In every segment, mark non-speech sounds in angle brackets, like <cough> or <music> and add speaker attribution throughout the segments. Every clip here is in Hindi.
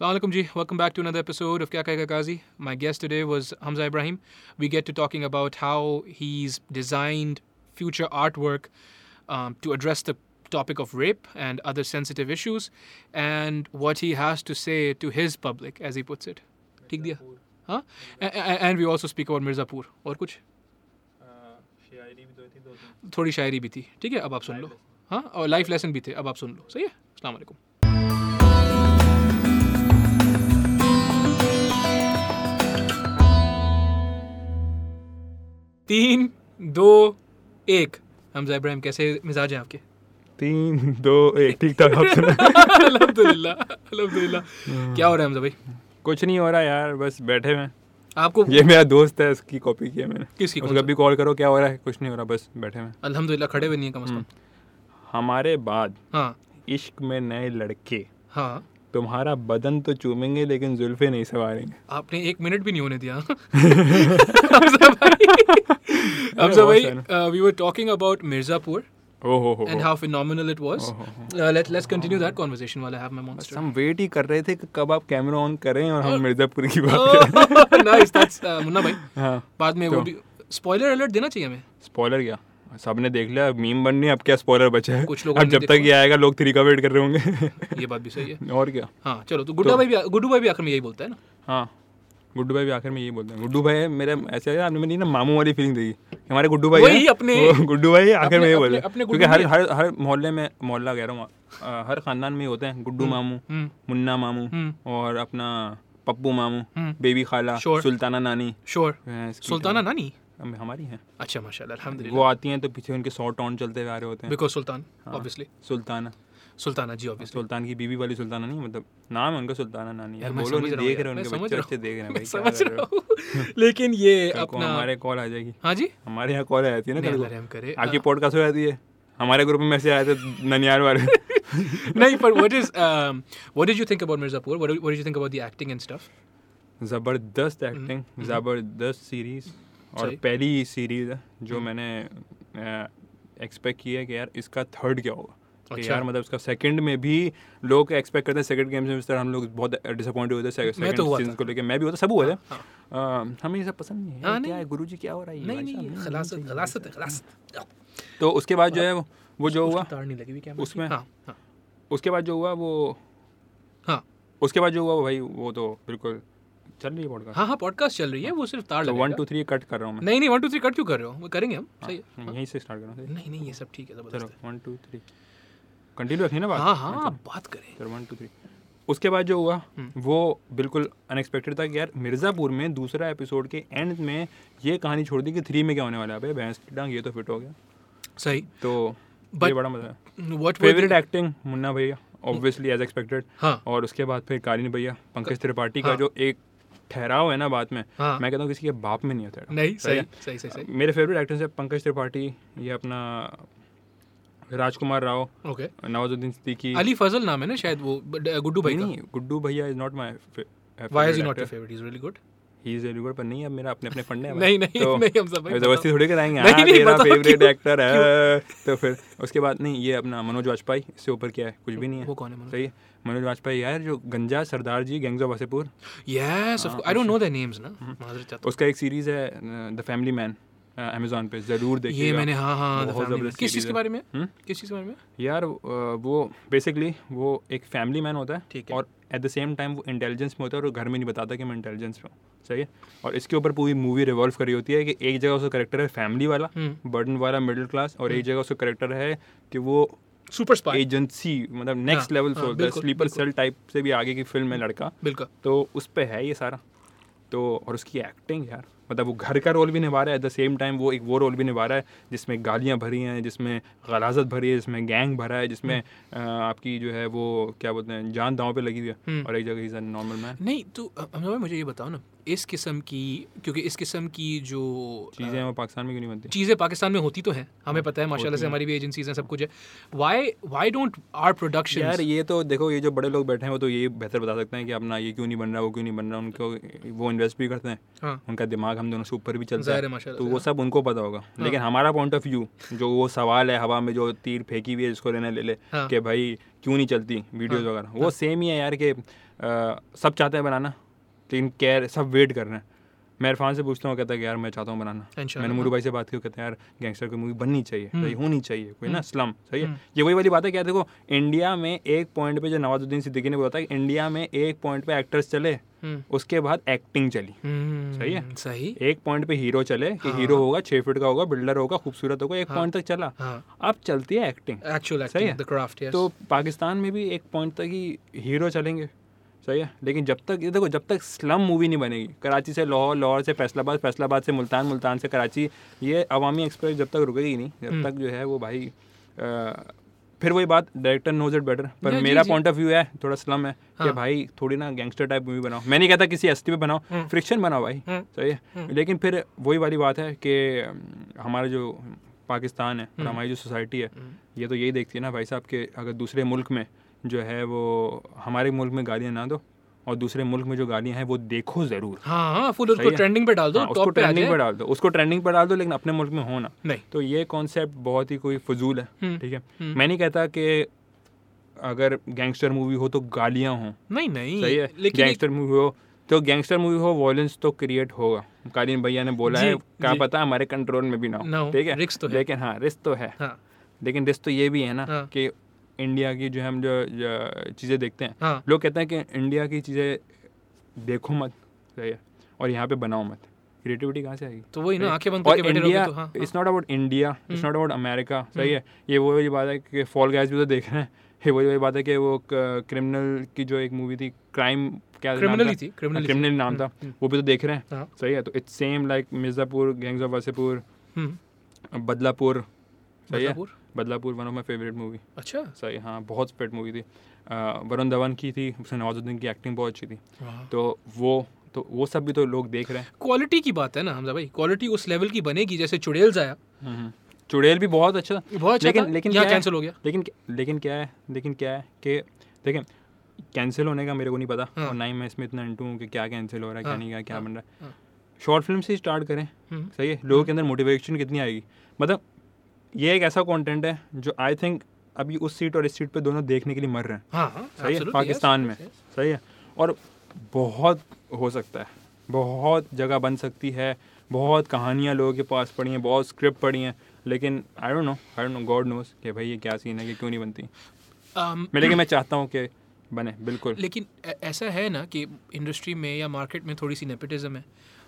Speaker 1: Alaikum ji, welcome back to another episode of Kya Kahega Ghazi. My guest today was Hamza Ibrahim. We get to talking about how he's designed future artwork um, to address the topic of rape and other sensitive issues and what he has to say to his public, as he puts it. ठीक दिया हाँ and we also speak about Mirzapur और कुछ
Speaker 2: शायरी भी तो थी दो तीन
Speaker 1: थोड़ी शायरी भी थी ठीक है अब आप सुन लो हाँ और लाइफ लेसन भी थे अब आप सुन लो सही है अस्सलाम वालेकुम तीन दो एक हमजा इब्राहिम कैसे मिजाज हैं आपके <laughs>
Speaker 3: तीन दो एक ठीक ठाक आप सुना
Speaker 1: अल्हम्दुलिल्लाह अल्हम्दुलिल्लाह क्या हो रहा है हमजा भाई
Speaker 3: कुछ नहीं हो रहा यार बस बैठे हुए हैं।
Speaker 1: आपको
Speaker 3: ये मेरा दोस्त है उसकी कॉपी किया मैंने
Speaker 1: किसकी
Speaker 3: उसको अभी कॉल करो क्या हो रहा है कुछ नहीं हो रहा बस बैठे हुए हैं।
Speaker 1: अल्हम्दुलिल्लाह खड़े हुए नहीं है कम से कम
Speaker 3: हमारे बाद
Speaker 1: हाँ
Speaker 3: इश्क में नए लड़के
Speaker 1: हाँ
Speaker 3: तुम्हारा बदन तो चूमेंगे लेकिन जुल्फे नहीं संवारेंगे
Speaker 1: आपने एक मिनट भी नहीं होने
Speaker 3: <laughs>
Speaker 1: दिया हमजा भाई हमजा
Speaker 3: बहुत
Speaker 1: भाई uh,
Speaker 3: सारे।
Speaker 1: We were talking about Mirzapur
Speaker 3: ओ हो हो
Speaker 1: and how phenomenal it was.
Speaker 3: Oh,
Speaker 1: Uh, let, let's continue that conversation while I have my
Speaker 3: बस <laughs>
Speaker 1: monster.
Speaker 3: हम वेट ही कर रहे थे कि कब आप कैमरा ऑन करें और हम मिर्ज़ापुर की बात करें
Speaker 1: Oh, <laughs> nice. That's uh, Munna भाई
Speaker 3: हाँ
Speaker 1: बाद में वो
Speaker 3: तो-
Speaker 1: भी स्पॉइलर अलर्ट देना चाहिए हमें
Speaker 3: स्पॉलर क्या सबने देख लिया मीम बननी है, अब क्या स्पॉलर बचा है
Speaker 1: कुछ लोगों
Speaker 3: अब
Speaker 1: ने
Speaker 3: जब तक ये आएगा लोग थ्री का वेट कर रहे होंगे <laughs>
Speaker 1: ये बात भी सही है
Speaker 3: और क्या
Speaker 1: हाँ चलो तो गुड्डा भाई भी गुड्डू भाई भी आखिर में यही बोलता है ना
Speaker 3: हाँ गुड्डू भाई भी आखिर में यही बोलते हैं गुड्डू भाई मेरे ऐसे है, आपने मेरी ना मामू वाली फीलिंग दी हमारे गुड्डू भाई
Speaker 1: वही
Speaker 3: हैं,
Speaker 1: अपने-
Speaker 3: वो गुड्डू भाई आखिर में
Speaker 1: अपने-
Speaker 3: ये बोल
Speaker 1: अपने- अपने
Speaker 3: रहे
Speaker 1: गुड्डू
Speaker 3: क्योंकि हर हर हर मोहल्ले में मोहल्ला कह रहा हूँ अ, हर खानदान में ही होते हैं गुड्डू मामू
Speaker 1: हम्म
Speaker 3: मुन्ना मामू
Speaker 1: हम्म
Speaker 3: और अपना पप्पू मामू
Speaker 1: हम्म।
Speaker 3: बेबी खाला
Speaker 1: Sure.
Speaker 3: सुल्ताना नानी
Speaker 1: श्योर
Speaker 3: हैं, इसकी-
Speaker 1: सुल्ताना नानी
Speaker 3: हम- हमारी हैं
Speaker 1: अच्छा माशाल्लाह
Speaker 3: वो
Speaker 1: अल्हम्दुलिल्लाह
Speaker 3: आती हैं तो पीछे उनके सौ टॉन चलते हुए आ रहे होते हैं
Speaker 1: बिकॉज सुल्तान
Speaker 3: हाँ।
Speaker 1: ऑब्वियसली
Speaker 3: सुल्ताना
Speaker 1: सुल्ताना जी ऑब्वियसली
Speaker 3: सुल्तान की बीवी वाली सुल्ताना नहीं मतलब नाम है उनका सुल्ताना नानी
Speaker 1: यार,
Speaker 3: यार
Speaker 1: मैं
Speaker 3: बोलो
Speaker 1: समझ
Speaker 3: उन्हें
Speaker 1: रहा हूँ
Speaker 3: देख
Speaker 1: यार,
Speaker 3: रहे हैं
Speaker 1: मैं
Speaker 3: उनके
Speaker 1: समझ
Speaker 3: बच्चे
Speaker 1: रहा
Speaker 3: बच्चे देख रहे हैं भाई क्या
Speaker 1: समझ
Speaker 3: कर रहे
Speaker 1: रहा
Speaker 3: हो?
Speaker 1: हूँ लेकिन ये <laughs>
Speaker 3: कल को
Speaker 1: अपना
Speaker 3: हमारे कॉल आ जाएगी
Speaker 1: हाँ <laughs> जी
Speaker 3: हमारे यहाँ कॉल आ जाती है ना
Speaker 1: नहीं,
Speaker 3: कल
Speaker 1: अल्लाह रहम करे।
Speaker 3: को आपकी पॉडकास्ट हो जाती है हमारे ग्रुप में मैसेज आए थे ननियाल वाले
Speaker 1: <laughs> नहीं पर what is what did you think about Mirzapur what did you think about the acting and stuff
Speaker 3: ज़बरदस्त एक्टिंग ज़बरदस्त सीरीज़ और
Speaker 1: हम्म, सही। हम्म।
Speaker 3: पहली सीरीज़ है जो मैंने एक्सपेक्ट की है कि यार इसका थर्ड क्या होगा कि
Speaker 1: अच्छा।
Speaker 3: यार मतलब इसका सेकंड में भी लोग एक्सपेक्ट करते हैं सेकंड गेम से इस तरह हम लोग बहुत डिसअपॉइंटेड होते हैं
Speaker 1: मैं तो
Speaker 3: सेकंड
Speaker 1: हुआ
Speaker 3: सीजन
Speaker 1: था।
Speaker 3: को लेके मैं भी होता सब हुआ था अ, हमें ये सब पसंद नहीं
Speaker 1: हाँ,
Speaker 3: है
Speaker 1: नहीं।
Speaker 3: क्या है गुरुजी क्या हो रहा है ये
Speaker 1: नहीं
Speaker 3: भाई
Speaker 1: नहीं
Speaker 3: साहब?
Speaker 1: खलासत खलासत खलासत
Speaker 3: तो उसके बाद जो है वो- वो जो हुआ
Speaker 1: तार नहीं लगी हुई कैमरे
Speaker 3: उसमें?
Speaker 1: की? हाँ हाँ
Speaker 3: उसके बाद जो हुआ वो
Speaker 1: हाँ
Speaker 3: उसके बाद जो हुआ वो भाई वो तो बिल्कुल चल रही है पॉडकास्ट
Speaker 1: हाँ हाँ पॉडकास्ट चल रही है वो सिर्फ तार
Speaker 3: तो
Speaker 1: लगेगा
Speaker 3: वन टू थ्री कट कर रहा हूँ मैं
Speaker 1: नहीं नहीं वन टू थ्री कट क्यों कर रहे हो वो करेंगे हम सही है
Speaker 3: हाँ, यहीं से स्टार्ट कर रहा हूँ
Speaker 1: नहीं नहीं ये सब ठीक है
Speaker 3: चलो
Speaker 1: जबरदस्त
Speaker 3: वन टू थ्री कंटिन्यू रखनी ना
Speaker 1: है
Speaker 3: बात
Speaker 1: हाँ हाँ आप बात करें
Speaker 3: चलो वन टू थ्री उसके बाद जो हुआ
Speaker 1: हम्म।
Speaker 3: वो बिल्कुल अनएक्सपेक्टेड था कि यार मिर्ज़ापुर में दूसरा एपिसोड के एंड में ये कहानी छोड़ दी कि थ्री में क्या होने वाला है भाई भैंस की डांग ये तो फिट हो गया
Speaker 1: सही
Speaker 3: तो
Speaker 1: But-
Speaker 3: ये बड़ा मज़ा है
Speaker 1: what
Speaker 3: favourite acting Munna Bhaiya obviously as expected
Speaker 1: हाँ
Speaker 3: और उसके बाद फिर कालीन भैया पंकज त्रिपाठी का
Speaker 1: हाँ।
Speaker 3: जो एक ठहराव है ना बात में
Speaker 1: हाँ।
Speaker 3: मैं कहता हूँ किसी के बाप में नहीं होता है।
Speaker 1: नहीं सही
Speaker 3: है?
Speaker 1: सही सही सही
Speaker 3: मेरे फेवरेट एक्टर्स हैं पंकज त्रिपाठी ये अपना राजकुमार राव
Speaker 1: ओके
Speaker 3: नवाजुद्दीन सिद्दीकी
Speaker 1: अली फजल नाम है ना शायद वो but, uh, गुड्डू भाई का
Speaker 3: नहीं Guddu Bhaiya is not my
Speaker 1: why is not your favourite is really good
Speaker 3: he is everywhere पर नहीं अब मेरा अपने अपने फंड है भाई।
Speaker 1: नहीं नहीं
Speaker 3: तो
Speaker 1: नहीं हम सब भाई
Speaker 3: अब जबरदस्ती थोड़ी कराएंगे
Speaker 1: नहीं,
Speaker 3: हाँ,
Speaker 1: नहीं,
Speaker 3: तेरा
Speaker 1: बताओ
Speaker 3: फेवरेट
Speaker 1: क्यों?
Speaker 3: एक्टर है तो फिर उसके बाद नहीं ये अपना मनोज वाजपेयी इससे ऊपर क्या है कुछ भी नहीं है
Speaker 1: वो कौन है मनोज?
Speaker 3: सही है मनोज वाजपेयी यार जो गंजा सरदार जी gangs of Wasseypur
Speaker 1: yes of I don't know the names ना
Speaker 3: Mm-hmm.
Speaker 1: माजरत चाहता
Speaker 3: उसका एक सीरीज है द फैमिली मैन अमेजोन पे जरूर
Speaker 1: हूँ। ये
Speaker 3: देखिएगा
Speaker 1: मैंने हाँ हाँ The
Speaker 3: बहुत
Speaker 1: Family Man।
Speaker 3: जबरदस्त
Speaker 1: किस चीज़
Speaker 3: series
Speaker 1: के बारे में है?
Speaker 3: हम्म?
Speaker 1: किस चीज़ के बारे में है?
Speaker 3: यार अ, वो बेसिकली वो एक फैमिली मैन होता है
Speaker 1: ठीक है।
Speaker 3: और एट द सेम टाइम वो इंटेलिजेंस में होता है और वो घर में नहीं बताता कि मैं इंटेलिजेंस में हूँ सही है और इसके ऊपर पूरी मूवी रिवॉल्व करी होती है कि एक जगह उसका करेक्टर है फैमिली वाला
Speaker 1: हम्म।
Speaker 3: बर्डन वाला मिडिल क्लास और एक जगह उसका करेक्टर है कि वो
Speaker 1: सुपर स्पाई
Speaker 3: एजेंसी मतलब नेक्स्ट
Speaker 1: हाँ,
Speaker 3: लेवल
Speaker 1: हाँ,
Speaker 3: से होता है
Speaker 1: बिल्कुल,
Speaker 3: स्लीपर
Speaker 1: बिल्कुल।
Speaker 3: सेल टाइप से भी आगे की फिल्म है लड़का
Speaker 1: बिल्कुल
Speaker 3: तो उस पर है ये सारा तो और उसकी एक्टिंग यार मतलब वो घर का रोल भी निभा रहा है एट द सेम टाइम वो एक वो रोल भी निभा रहा है जिसमें गालियाँ भरी हैं जिसमें गलाजत भरी है जिसमें गैंग भरा है जिसमें अ, आपकी जो है वो क्या बोलते हैं जान दांव पे लगी हुई है और एक जगह इज़ नॉर्मल मैन
Speaker 1: नहीं तो अब- अब भाई मुझे ये बताओ ना इस किस्म की क्योंकि इस किस्म की जो
Speaker 3: चीज़ें वो पाकिस्तान में क्यों नहीं बनती
Speaker 1: चीज़ें पाकिस्तान में होती तो हैं
Speaker 3: हाँ,
Speaker 1: हमें पता है माशाल्लाह से हमारी भी एजेंसीज हैं सब कुछ है वाई वाई डोंट आर
Speaker 3: यार
Speaker 1: प्रोडक्शन
Speaker 3: ये तो देखो ये जो बड़े लोग बैठे हैं वो तो ये बेहतर बता सकते हैं कि अपना ये क्यों नहीं बन रहा वो क्यों नहीं बन रहा उनको वो इन्वेस्ट भी करते हैं
Speaker 1: हाँ
Speaker 3: उनका दिमाग हम दोनों से ऊपर भी चलता
Speaker 1: जाहिर है हाँ।
Speaker 3: है
Speaker 1: माशाल्लाह
Speaker 3: तो वो सब उनको पता होगा लेकिन हमारा पॉइंट ऑफ व्यू जो वो सवाल है हवा में जो तीर फेंकी हुई है जिसको लेना ले ले
Speaker 1: हाँ।
Speaker 3: कि भाई क्यों नहीं चलती वीडियोस वगैरह वो सेम ही है यार कि अ, सब चाहते हैं बनाना लेकिन केयर सब वेट कर रहे हैं मैं इरफान से पूछता हूँ कहता है कि यार मैं चाहता हूँ बनाना
Speaker 1: इंशाल्लाह।
Speaker 3: मैंने मोरू भाई से बात की वो कहते हैं यार गैंगस्टर की मूवी बननी चाहिए
Speaker 1: हम्म।
Speaker 3: भाई होनी चाहिए कोई ना स्लम सही है
Speaker 1: हम्म।
Speaker 3: ये वही वाली बात है क्या देखो इंडिया में एक पॉइंट पे जो नवाजुद्दीन सिद्दीकी ने बोला था कि इंडिया में एक पॉइंट पे एक्टर्स चले
Speaker 1: हम्म।
Speaker 3: उसके बाद एक्टिंग चली
Speaker 1: हम्म,
Speaker 3: सही है?
Speaker 1: सही
Speaker 3: एक पॉइंट पे हीरो चले कि
Speaker 1: हाँ।
Speaker 3: हीरो होगा छः फीट का होगा बिल्डर होगा खूबसूरत होगा एक
Speaker 1: हाँ।
Speaker 3: पॉइंट तक चला
Speaker 1: हाँ
Speaker 3: अब चलती है एक्टिंग
Speaker 1: एक्चुअल
Speaker 3: सही है?
Speaker 1: एक्टिंग द क्राफ्ट यस
Speaker 3: तो पाकिस्तान में भी एक पॉइंट तक ही हीरो चलेंगे सही है लेकिन जब तक ये देखो जब तक स्लम मूवी नहीं बनेगी कराची से लाहौर लाहौर से फैसलाबाद फैसलाबाद से मुल्तान मुल्तान से कराची ये अवामी एक्सप्रेस जब तक रुकेगी नहीं जब
Speaker 1: हम्म।
Speaker 3: तक जो है वो भाई अ, फिर वही बात डायरेक्टर नोज इट बेटर पर
Speaker 1: जी,
Speaker 3: मेरा
Speaker 1: जी।
Speaker 3: पॉइंट ऑफ व्यू है थोड़ा स्लम है कि
Speaker 1: हाँ।
Speaker 3: भाई थोड़ी ना गैंगस्टर टाइप मूवी बनाओ मैं नहीं कहता किसी हस्ती पे बनाओ
Speaker 1: हम्म।
Speaker 3: फ्रिक्शन बनाओ भाई
Speaker 1: हम्म।
Speaker 3: सही है लेकिन फिर वही वाली बात है कि अम, हमारा जो पाकिस्तान है और
Speaker 1: हम्म।
Speaker 3: हमारी जो सोसाइटी है
Speaker 1: हम्म।
Speaker 3: ये तो यही देखती है ना भाई साहब कि अगर दूसरे मुल्क में जो है वो हमारे मुल्क में गालियाँ ना दो और दूसरे मुल्क में जो गालियाँ हैं वो देखो ज़रूर
Speaker 1: हाँ हाँ फुल उसको
Speaker 3: सही है। हाँ,
Speaker 1: ट्रेंडिंग पे डाल दो
Speaker 3: उसको
Speaker 1: टॉप पे आ
Speaker 3: ट्रेंडिंग
Speaker 1: जाए
Speaker 3: पर डाल दो उसको ट्रेंडिंग पर डाल दो लेकिन अपने मुल्क में हो ना
Speaker 1: नहीं
Speaker 3: तो ये कॉन्सेप्ट बहुत ही कोई फजूल है
Speaker 1: हम्म,
Speaker 3: ठीक है
Speaker 1: हम्म।
Speaker 3: मैं नहीं कहता कि अगर गैंगस्टर मूवी हो तो गालियाँ हों
Speaker 1: नहीं नहीं
Speaker 3: सही है
Speaker 1: लेकिन एक-
Speaker 3: गैंगस्टर मूवी हो तो गैंगस्टर मूवी हो वॉयलेंस तो क्रिएट होगा कालीन भैया ने बोला
Speaker 1: जी,
Speaker 3: है क्या
Speaker 1: जी।
Speaker 3: पता हमारे कंट्रोल में भी ना
Speaker 1: ना
Speaker 3: हो
Speaker 1: हो,
Speaker 3: ठीक है
Speaker 1: risk तो है।
Speaker 3: लेकिन हाँ रिस्क तो है
Speaker 1: हाँ
Speaker 3: लेकिन रिस्क तो ये भी है ना
Speaker 1: हाँ।
Speaker 3: कि इंडिया की जो हम जो, जो चीज़ें देखते हैं
Speaker 1: हाँ
Speaker 3: लोग कहते हैं कि इंडिया की चीज़ें देखो मत सही है और यहाँ पे बनाओ मत क्रिएटिविटी कहाँ से आएगी
Speaker 1: तो वही ना आंखें बंद
Speaker 3: और
Speaker 1: करके बैठे रहोगे
Speaker 3: इंडिया
Speaker 1: तो हाँ हम्म।
Speaker 3: It's not about India it's not about America सही है ये वो वाली बात है कि फॉल गैस भी तो देख रहे हैं <laughs> ये वही वाली बात है कि वो क्रिमिनल की जो एक मूवी थी क्राइम क्या नाम
Speaker 1: Criminal ही
Speaker 3: था?
Speaker 1: थी,
Speaker 3: हाँ,
Speaker 1: Criminal ही थी। हम्म,
Speaker 3: Criminal नाम था वो भी तो देख रहे हैं
Speaker 1: हाँ।
Speaker 3: सही है तो it's same like Mirzapur gangs of Wasseypur
Speaker 1: हम्म,
Speaker 3: बदलापुर सही है
Speaker 1: Badlapur?
Speaker 3: Badlapur one of my favourite movie
Speaker 1: अच्छा
Speaker 3: सही हाँ बहुत फेवरेट मूवी थी अ, वरुण धवन की थी उसमें नवाजुद्दीन की एक्टिंग बहुत अच्छी थी
Speaker 1: हाँ।
Speaker 3: तो वो तो वो सब भी तो लोग देख रहे हैं
Speaker 1: क्वालिटी की बात है ना हमजा भाई क्वालिटी उस लेवल की बनेगी जैसे चुड़ैल्स आया
Speaker 3: हम्म। चुड़ैल भी बहुत अच्छा था।
Speaker 1: बहुत अच्छा
Speaker 3: लेकिन
Speaker 1: था,
Speaker 3: लेकिन
Speaker 1: यहाँ
Speaker 3: क्या है-
Speaker 1: cancel हो गया।
Speaker 3: लेकिन लेकिन क्या है लेकिन क्या है कि देखें कैंसिल होने का मेरे को नहीं पता
Speaker 1: हाँ।
Speaker 3: और ना ही मैं इसमें इतना इंटू हूँ कि क्या कैंसिल हो रहा है क्या
Speaker 1: हाँ,
Speaker 3: नहीं क्या क्या
Speaker 1: हाँ,
Speaker 3: बन रहा है
Speaker 1: हाँ।
Speaker 3: शॉर्ट फिल्म से स्टार्ट करें
Speaker 1: हम्म,
Speaker 3: सही है लोगों के अंदर मोटिवेशन कितनी आएगी मतलब ये एक ऐसा कंटेंट है जो आई थिंक अभी उस सीट और इस सीट पे दोनों देखने के लिए मर रहे हैं
Speaker 1: हाँ हाँ,
Speaker 3: सही है
Speaker 1: absolutely,
Speaker 3: पाकिस्तान में
Speaker 1: yes, yes.
Speaker 3: सही है और बहुत हो सकता है बहुत जगह बन सकती है बहुत कहानियाँ लोगों के पास पड़ी हैं बहुत स्क्रिप्ट पड़ी हैं लेकिन I don't know I don't know God knows कि भाई ये क्या सीन है कि क्यों नहीं बनती
Speaker 1: Um,
Speaker 3: मैं लेकिन मैं चाहता हूँ कि बने बिल्कुल
Speaker 1: लेकिन ऐ- ऐसा है ना कि इंडस्ट्री में या मार्केट में थोड़ी सी नेपोटिज्म है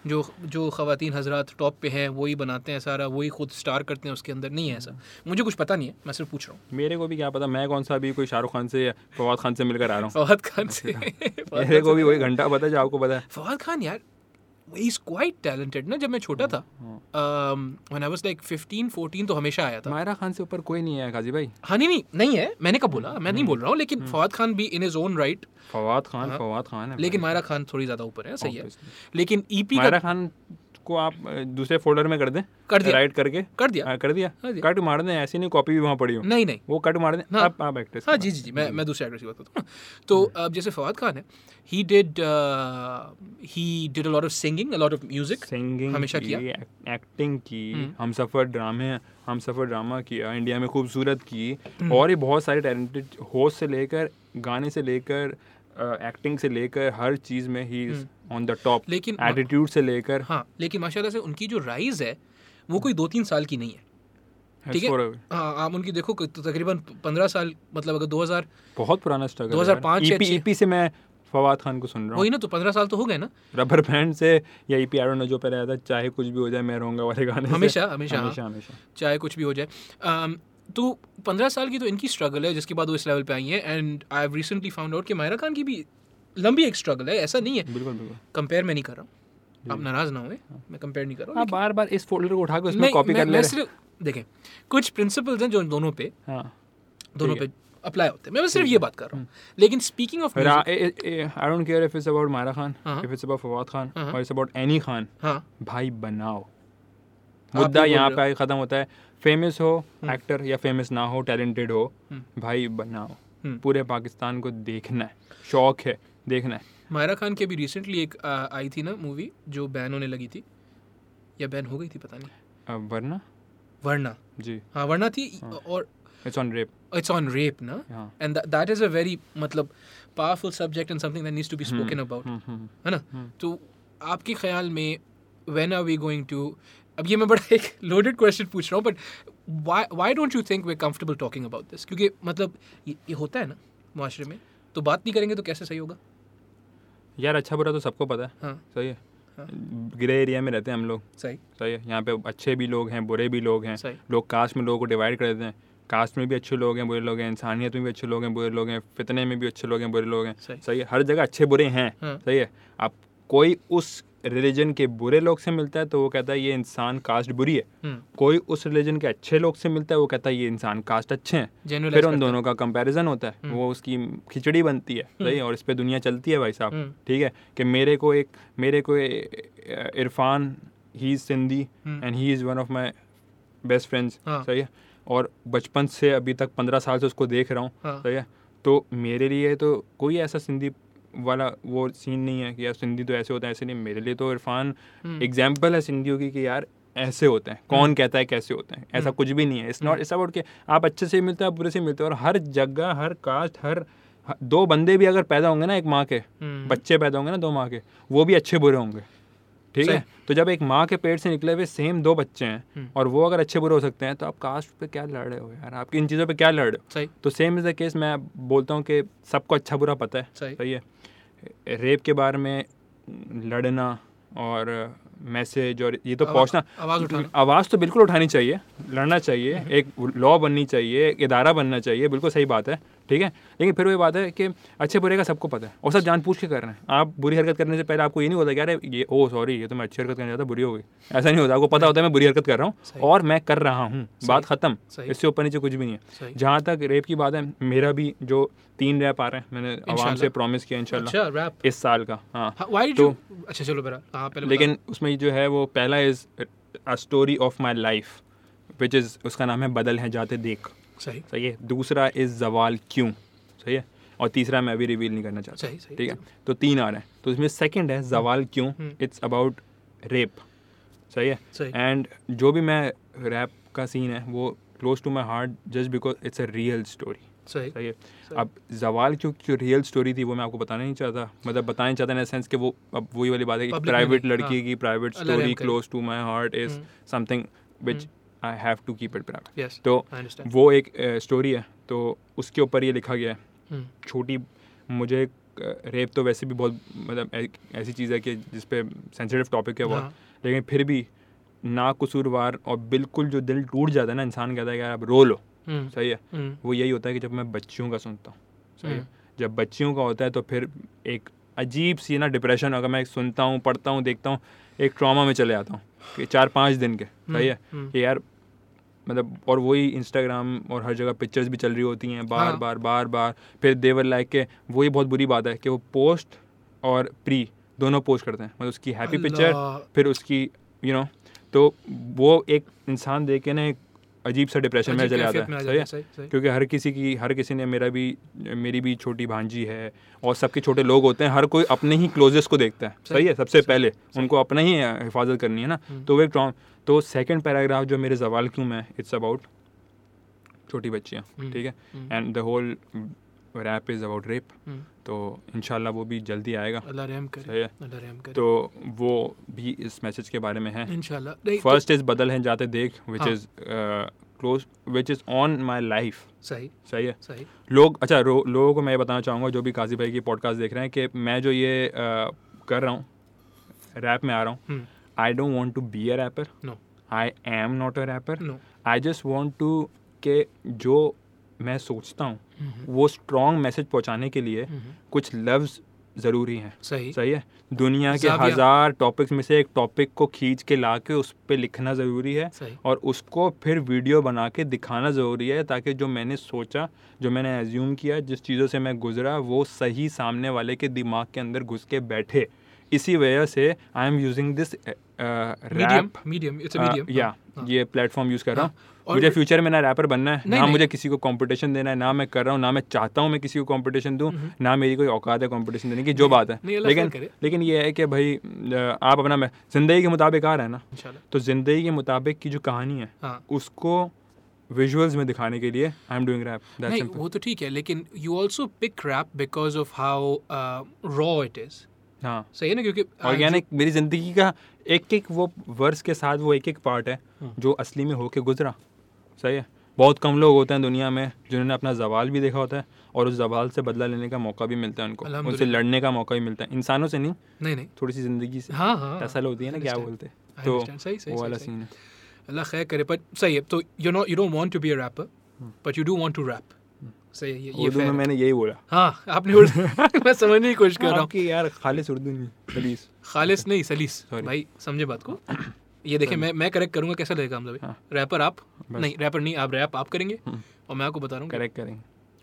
Speaker 1: जो जो ख़वातीन हजरात टॉप पे हैं वही बनाते हैं सारा वही खुद स्टार करते हैं उसके अंदर नहीं है ऐसा मुझे कुछ पता नहीं है मैं सिर्फ पूछ
Speaker 3: <laughs>
Speaker 1: रहा हूँ
Speaker 3: मेरे को भी क्या पता मैं कौन सा अभी कोई शाहरुख खान से या फवाद खान से मिलकर आ रहा हूँ
Speaker 1: फवाद खान
Speaker 3: <laughs>
Speaker 1: से <laughs> फवाद खान
Speaker 3: मेरे को
Speaker 1: से-
Speaker 3: भी वही घंटा पता है जो आपको पता है
Speaker 1: फवाद खान यार इज़ क्वाइट टैलेंटेड ना जब मैं छोटा था Um, when I was like fifteen fourteen तो हमेशा आया था
Speaker 3: मायरा खान से ऊपर कोई नहीं है काजी भाई
Speaker 1: हाँ नहीं नहीं नहीं है मैंने कब बोला मैं नहीं बोल रहा हूँ लेकिन फवाद खान भी in his own right
Speaker 3: Fawad Khan
Speaker 1: हाँ।
Speaker 3: फवाद खान है
Speaker 1: लेकिन
Speaker 3: भाई।
Speaker 1: मायरा खान थोड़ी ज़्यादा ऊपर है सही है
Speaker 3: Obviously.
Speaker 1: लेकिन ईपी
Speaker 3: मायरा
Speaker 1: का
Speaker 3: खान को आप अ, दूसरे फोल्डर में कर दें
Speaker 1: कर दिया।
Speaker 3: राइट करके
Speaker 1: कर दिया
Speaker 3: हाँ, कर दिया
Speaker 1: कर दिया।
Speaker 3: कट मार दें ऐसी नहीं कॉपी भी वहाँ पड़ी हो
Speaker 1: नहीं नहीं
Speaker 3: वो कट मार दें
Speaker 1: हाँ।
Speaker 3: आप आप एक्ट्रेस
Speaker 1: हाँ जी जी जी मैं मैं दूसरे एक्टर की बात करता हूँ तो अब जैसे फवाद खान है uh, he did he did a lot of singing a lot of music
Speaker 3: singing
Speaker 1: हमेशा किया। हम्म।
Speaker 3: एक्टिंग की हम सफ़र ड्रामे हम सफ़र ड्रामा किया इंडिया में खूबसूरत की
Speaker 1: हम्म।
Speaker 3: और ये बहुत सारे टैलेंटेड होस्ट से लेकर गाने से लेकर एक्टिंग से लेकर हर चीज़ में ही ऑन द टॉप
Speaker 1: हम्म। लेकिन-
Speaker 3: एटीट्यूड से लेकर
Speaker 1: हाँ लेकिन माशाल्लाह से उनकी जो राइज है वो कोई दो तीन साल की नहीं है ठीक है
Speaker 3: forever.
Speaker 1: हाँ आप उनकी देखो कि तो तकरीबन पंद्रह साल मतलब अगर दो हज़ार
Speaker 3: बहुत पुराना स्ट्रगल
Speaker 1: 2005 या
Speaker 3: ईपी
Speaker 1: छः-
Speaker 3: ईपी E से मैं फवाद खान को सुन रहा हूँ
Speaker 1: वही ना तो पंद्रह साल तो हो गए ना
Speaker 3: रबर बैंड से या E EP I don't know जो पे रहता चाहे कुछ भी हो जाए मैं रहूंगा वाले गाने से।
Speaker 1: हमेशा, हमेशा, हाँ।
Speaker 3: हमेशा हमेशा
Speaker 1: चाहे कुछ भी हो जाए अम, तो पंद्रह साल की तो इनकी स्ट्रगल है जिसके बाद वो इस लेवल पे आई हैं and I have recently found out कि मायरा खान की भी लंबी एक स्ट्रगल है ऐसा नहीं है
Speaker 3: बिल्कुल बिल्कुल
Speaker 1: कंपेयर मैं नहीं कर रहा हूँ आप नाराज़ ना होए मैं कंपेयर नहीं कर रहा हूँ
Speaker 3: आप बार बार हाँ, इस फोल्डर को उठा के उसमें
Speaker 1: मैं-
Speaker 3: कॉपी
Speaker 1: मैं-
Speaker 3: कर ले
Speaker 1: मैं
Speaker 3: रहे हैं।
Speaker 1: सिर्फ- देखें कुछ प्रिंसिपल्स हैं जो इन दोनों पे
Speaker 3: हाँ
Speaker 1: दोनों पे अप्लाई होते हैं मैं बस सिर्फ ये बात कर रहा
Speaker 3: हम्म।
Speaker 1: हूँ लेकिन speaking of
Speaker 3: I don't care if it's about Maira Khan
Speaker 1: हाँ।
Speaker 3: If it's about Fawad Khan
Speaker 1: हाँ।
Speaker 3: और इट्स अबाउट एनी खान
Speaker 1: हाँ
Speaker 3: भाई बनाओ
Speaker 1: भी
Speaker 3: मुद्दा
Speaker 1: बोल
Speaker 3: यहाँ
Speaker 1: रहे
Speaker 3: पे आके ख़त्म होता है फेमस हो एक्टर या फेमस ना हो टैलेंटेड हो भाई बनाओ
Speaker 1: हम्म।
Speaker 3: पूरे पाकिस्तान को देखना है शौक है देखना है
Speaker 1: मायरा खान के भी रिसेंटली एक आ, आई थी ना मूवी जो बैन होने लगी थी या बैन हो गई थी पता नहीं
Speaker 3: अब वरना
Speaker 1: वरना
Speaker 3: जी
Speaker 1: हाँ वरना थी और
Speaker 3: it's on rape
Speaker 1: it's on rape na
Speaker 3: Yeah.
Speaker 1: and that that is a very matlab powerful subject and something that needs to be spoken about
Speaker 3: हम्म,
Speaker 1: है ना तो आपके ख्याल में when are we going to अब ये मैं बड़ा एक loaded question पूछ रहा हूँ but why why don't you think we're comfortable talking about this क्योंकि मतलब ये, ये होता है ना माशरे में तो बात नहीं करेंगे तो कैसे सही होगा
Speaker 3: यार अच्छा बुरा तो सबको पता है
Speaker 1: हाँ
Speaker 3: सही है
Speaker 1: हाँ।
Speaker 3: ग्रे एरिया में रहते हैं हम लोग
Speaker 1: सही
Speaker 3: सही है तो यहाँ पे अच्छे भी लोग हैं बुरे भी लोग हैं
Speaker 1: सही।
Speaker 3: लोग कास्ट में लोगों को डिवाइड कर देते हैं कास्ट में भी अच्छे लोग हैं बुरे लोग हैं इंसानियत में भी अच्छे लोग हैं बुरे लोग हैं फितने में भी अच्छे लोग हैं बुरे लोग हैं
Speaker 1: सही।
Speaker 3: सही है हर जगह अच्छे बुरे हैं
Speaker 1: हाँ।
Speaker 3: सही है आप कोई उस रिलीजन के बुरे लोग से मिलता है तो वो कहता है ये इंसान कास्ट बुरी है
Speaker 1: हम्म
Speaker 3: कोई उस रिलीजन के अच्छे लोग से मिलता है वो कहता है ये इंसान कास्ट अच्छे हैं
Speaker 1: Generalize
Speaker 3: फिर उन
Speaker 1: करते
Speaker 3: दोनों का कंपैरिजन होता
Speaker 1: हम्म।
Speaker 3: है वो उसकी खिचड़ी बनती है सही और इस पे दुनिया चलती है भाई साहब
Speaker 1: हम्म।
Speaker 3: ठीक है कि मेरे को एक मेरे को ए- Irfan he is Sindhi and he is one of my best friends
Speaker 1: हम्म। हाँ।
Speaker 3: सही है और बचपन से अभी तक पंद्रह साल से उसको देख रहा हूँ
Speaker 1: हाँ।
Speaker 3: सही है तो मेरे लिए तो कोई ऐसा सिंधी वाला वो सीन नहीं है कि यार सिंधी तो ऐसे होता है ऐसे नहीं मेरे लिए तो इरफान
Speaker 1: हम्म।
Speaker 3: एग्जाम्पल है सिंधियों की कि यार ऐसे होते हैं कौन कहता है कैसे होते हैं
Speaker 1: हम्म।
Speaker 3: ऐसा कुछ भी नहीं है इट्स नॉट इट्स अबाउट कि आप अच्छे से मिलते हैं आप बुरे से मिलते हैं और हर जगह हर कास्ट हर हर- दो बंदे भी अगर पैदा होंगे ना एक माँ के
Speaker 1: हम्म।
Speaker 3: बच्चे पैदा होंगे ना दो माँ के वो भी अच्छे बुरे होंगे ठीक है
Speaker 1: सही। हम्म।
Speaker 3: तो जब एक माँ के पेट से निकले हुए सेम दो बच्चे हैं और वो अगर अच्छे बुरे हो सकते हैं तो आप कास्ट पे क्या लड़ रहे हो यार आप इन चीज़ों पे क्या लड़ रहे हो
Speaker 1: सही
Speaker 3: तो सेम इज़ द केस मैं बोलता हूँ कि सबको अच्छा बुरा पता है
Speaker 1: सही।
Speaker 3: है रेप के बारे में लड़ना और मैसेज और ये तो
Speaker 1: आवा-
Speaker 3: पहुंचना
Speaker 1: आवाज़ उठाना। हम्म।
Speaker 3: आवाज़ तो बिल्कुल उठानी चाहिए लड़ना चाहिए एक लॉ बननी चाहिए एक इदारा बनना चाहिए बिल्कुल सही बात है ठीक है लेकिन फिर वही बात है कि अच्छे बुरे का सबको पता है और सब जान पूछ के कर रहे हैं आप बुरी हरकत करने से पहले आपको ये नहीं होता कि अरे ये ओ सॉरी ये तो मैं अच्छी हरकत करने जाता बुरी हो गई ऐसा नहीं होता आपको पता होता है मैं बुरी हरकत कर रहा हूँ
Speaker 1: सही।
Speaker 3: और मैं कर रहा हूँ बात ख़त्म
Speaker 1: सही।
Speaker 3: इससे ऊपर नीचे कुछ भी नहीं है
Speaker 1: सही।
Speaker 3: जहाँ तक रेप की बात है मेरा भी जो तीन रैप आ रहे हैं मैंने आवाम से
Speaker 1: इंशाल्लाह।
Speaker 3: प्रॉमिस किया इंशाल्लाह
Speaker 1: अच्छा रैप
Speaker 3: इस साल का हाँ
Speaker 1: व्हाई डिड
Speaker 3: तो-
Speaker 1: यू अच्छा चलो बरा हाँ पहले बताओ।
Speaker 3: लेकिन उसमें जो है वो पहला is a story of my life which is उसका नाम है बदल है जाते देख
Speaker 1: सही
Speaker 3: सही है दूसरा इज जवाल क्यों सही है और तीसरा मैं अभी रिवील नहीं करना चाहता
Speaker 1: सही, सही। हम्म।
Speaker 3: ठीक है तो तीन आ रहे हैं तो इसमें सेकंड है जवाल क्यों इट्स अबाउट रेप सही है
Speaker 1: सही।
Speaker 3: एंड जो भी मैं रैप का सीन है वो close to my heart just because it's a real story
Speaker 1: सही
Speaker 3: सही है अब जवाल क्यों जो रियल स्टोरी थी वो मैं आपको बताना नहीं चाहता मतलब बताना चाहता इन सेंस कि वो अब वही वाली बात है कि
Speaker 1: Public में
Speaker 3: प्राइवेट
Speaker 1: नहीं,
Speaker 3: लड़की
Speaker 1: हाँ।
Speaker 3: की प्राइवेट
Speaker 1: अल्लाह
Speaker 3: स्टोरी
Speaker 1: रहम करे।
Speaker 3: Close to my heart is
Speaker 1: hmm.
Speaker 3: Something which I have to keep it private
Speaker 1: yes
Speaker 3: तो
Speaker 1: आई अंडरस्टैंड
Speaker 3: वो एक स्टोरी है तो उसके ऊपर ये लिखा गया है छोटी मुझे रेप तो वैसे भी बहुत मतलब एक ऐसी चीज़ है कि जिस पे सेंसिटिव टॉपिक है वो
Speaker 1: हाँ।
Speaker 3: लेकिन फिर भी ना कसूरवार और बिल्कुल जो दिल टूट जाता है ना इंसान कहता है कि यार अब रो लो सही है वो यही होता है कि जब मैं बच्चियों का सुनता हूँ सही है
Speaker 1: हम्म।
Speaker 3: जब बच्चियों का होता है तो फिर एक अजीब सी ना डिप्रेशन अगर मैं सुनता हूँ पढ़ता हूँ देखता हूँ एक ट्रॉमा में चले जाता हूँ कि चार पाँच दिन के सही है
Speaker 1: हम्म।
Speaker 3: कि यार मतलब और वही इंस्टाग्राम और हर जगह पिक्चर्स भी चल रही होती हैं बार
Speaker 1: हाँ।
Speaker 3: बार बार बार फिर देवर लाइक के वही बहुत बुरी बात है कि वो पोस्ट और प्री दोनों पोस्ट करते हैं मतलब उसकी हैप्पी पिक्चर
Speaker 1: अल्लाह।
Speaker 3: फिर उसकी यू नो तो वो एक इंसान देख के ना एक अजीब सा डिप्रेशन में
Speaker 1: अजीब
Speaker 3: चले जाता
Speaker 1: कैफियत में आ
Speaker 3: है
Speaker 1: जाता
Speaker 3: सही
Speaker 1: है,
Speaker 3: है
Speaker 1: सही, सही।
Speaker 3: क्योंकि हर किसी की हर किसी ने मेरा भी मेरी भी छोटी भांजी है और सबके छोटे लोग होते हैं हर कोई अपने ही क्लोजेस्ट को देखता है
Speaker 1: सही, हम्म।
Speaker 3: सही है सबसे पहले उनको अपना ही अ, हिफाजत करनी है ना तो वो एक ट्रॉम तो सेकंड पैराग्राफ जो मेरे जवाल क्यों में इट्स अबाउट छोटी
Speaker 1: हम्म।
Speaker 3: बच्चियाँ ठीक है and the whole rap is about rape
Speaker 1: हम्म।
Speaker 3: तो इंशाल्लाह वो भी जल्दी आएगा
Speaker 1: अल्लाह रहम करे
Speaker 3: सही है।
Speaker 1: अल्लाह रहम करे
Speaker 3: तो वो भी इस मैसेज के बारे में है
Speaker 1: इंशाल्लाह नहीं, तो-
Speaker 3: फर्स्ट इज बदल हैं जाते देख विच
Speaker 1: हाँ।
Speaker 3: Is close which is on my life
Speaker 1: सही
Speaker 3: सही है
Speaker 1: सही
Speaker 3: लोग अच्छा रो- लोगों को मैं ये बताना चाहूँगा जो भी काजी भाई की पॉडकास्ट देख रहे हैं कि मैं जो ये अ, कर रहा हूँ रैप में आ रहा हूँ
Speaker 1: हम्म।
Speaker 3: I don't want to be a rapper
Speaker 1: no
Speaker 3: I am not a rapper
Speaker 1: no
Speaker 3: I just want to के जो मैं सोचता हूँ वो स्ट्रॉन्ग मैसेज पहुँचाने के लिए कुछ लफ्ज़ ज़रूरी हैं
Speaker 1: सही
Speaker 3: सही है दुनिया के
Speaker 1: जाविया।
Speaker 3: हज़ार टॉपिक्स में से एक टॉपिक को खींच के ला के उस पर लिखना ज़रूरी है
Speaker 1: सही
Speaker 3: और उसको फिर वीडियो बना के दिखाना ज़रूरी है ताकि जो मैंने सोचा जो मैंने एज्यूम किया जिस चीज़ों से मैं गुजरा वो सही सामने वाले के दिमाग के अंदर घुस के बैठे इसी वजह से I am using this uh,
Speaker 1: medium
Speaker 3: rap
Speaker 1: medium
Speaker 3: uh,
Speaker 1: it's a medium
Speaker 3: या ये प्लेटफॉर्म यूज़ कर रहा हूँ
Speaker 1: हाँ, और-
Speaker 3: मुझे फ्यूचर में ना रैपर बनना है
Speaker 1: नहीं,
Speaker 3: ना
Speaker 1: नहीं।
Speaker 3: मुझे किसी को कंपटीशन देना है ना मैं कर रहा हूँ ना मैं चाहता हूँ मैं किसी को कंपटीशन दूँ ना मेरी कोई औकात है कंपटीशन देने की जो बात है
Speaker 1: हम्म, नहीं, अल्लाह
Speaker 3: लेकिन
Speaker 1: खैर करे।
Speaker 3: लेकिन ये है कि भाई अ, आप अपना मैं जिंदगी के मुताबिक आ रहे हैं ना
Speaker 1: इंशाल्लाह
Speaker 3: तो ज़िंदगी के मुताबिक की जो कहानी है
Speaker 1: हाँ
Speaker 3: उसको विजुअल्स में दिखाने के लिए I am doing rap that
Speaker 1: नहीं वो
Speaker 3: सिंपल
Speaker 1: तो ठीक है लेकिन you also pick rap because of how raw it is
Speaker 3: हाँ
Speaker 1: सही है ना क्योंकि uh,
Speaker 3: ऑर्गेनिक मेरी ज़िंदगी का एक एक वो वर्स के साथ वो एक एक पार्ट है
Speaker 1: हाँ।
Speaker 3: जो असली में होके गुजरा सही है बहुत कम लोग होते हैं दुनिया में जिन्होंने अपना जवाल भी देखा होता है और उस जवाल से बदला लेने का मौका भी मिलता है उनको उनसे
Speaker 1: अल्हम्दुलिल्लाह।
Speaker 3: लड़ने का मौका भी मिलता है इंसानों से नहीं
Speaker 1: जो- नहीं नहीं
Speaker 3: थोड़ी सी ज़िंदगी से
Speaker 1: हाँ हाँ
Speaker 3: टसल होती है ना क्या बोलते हैं
Speaker 1: I
Speaker 3: तो
Speaker 1: understand, सही सही
Speaker 3: वो वाला
Speaker 1: सही,
Speaker 3: सीन है
Speaker 1: अल्लाह खैर करे पर सही है तो you know you don't want to be a rapper but you do want to rap सही है ये- ये
Speaker 3: Hmm. उर्दू में
Speaker 1: fair है।
Speaker 3: मैंने यही बोला हाँ,
Speaker 1: हाँ आपने
Speaker 3: <laughs>
Speaker 1: उर्दू- मैं समझने की कोशिश कर रहा हूँ
Speaker 3: आपकी यार खालिश उर्दू नहीं प्लीज़
Speaker 1: खालिस नहीं सलीस
Speaker 3: Sorry.
Speaker 1: भाई समझे बात को ये देखिए मैं मैं करेक्ट करूंगा कैसा लगेगा हम
Speaker 3: हाँ।
Speaker 1: सभी रैपर आप
Speaker 3: बस।
Speaker 1: नहीं रैपर नहीं आप रैप आप करेंगे
Speaker 3: हम्म।
Speaker 1: और मैं आपको बता रहा हूँ कि-
Speaker 3: करेक्ट करेंगे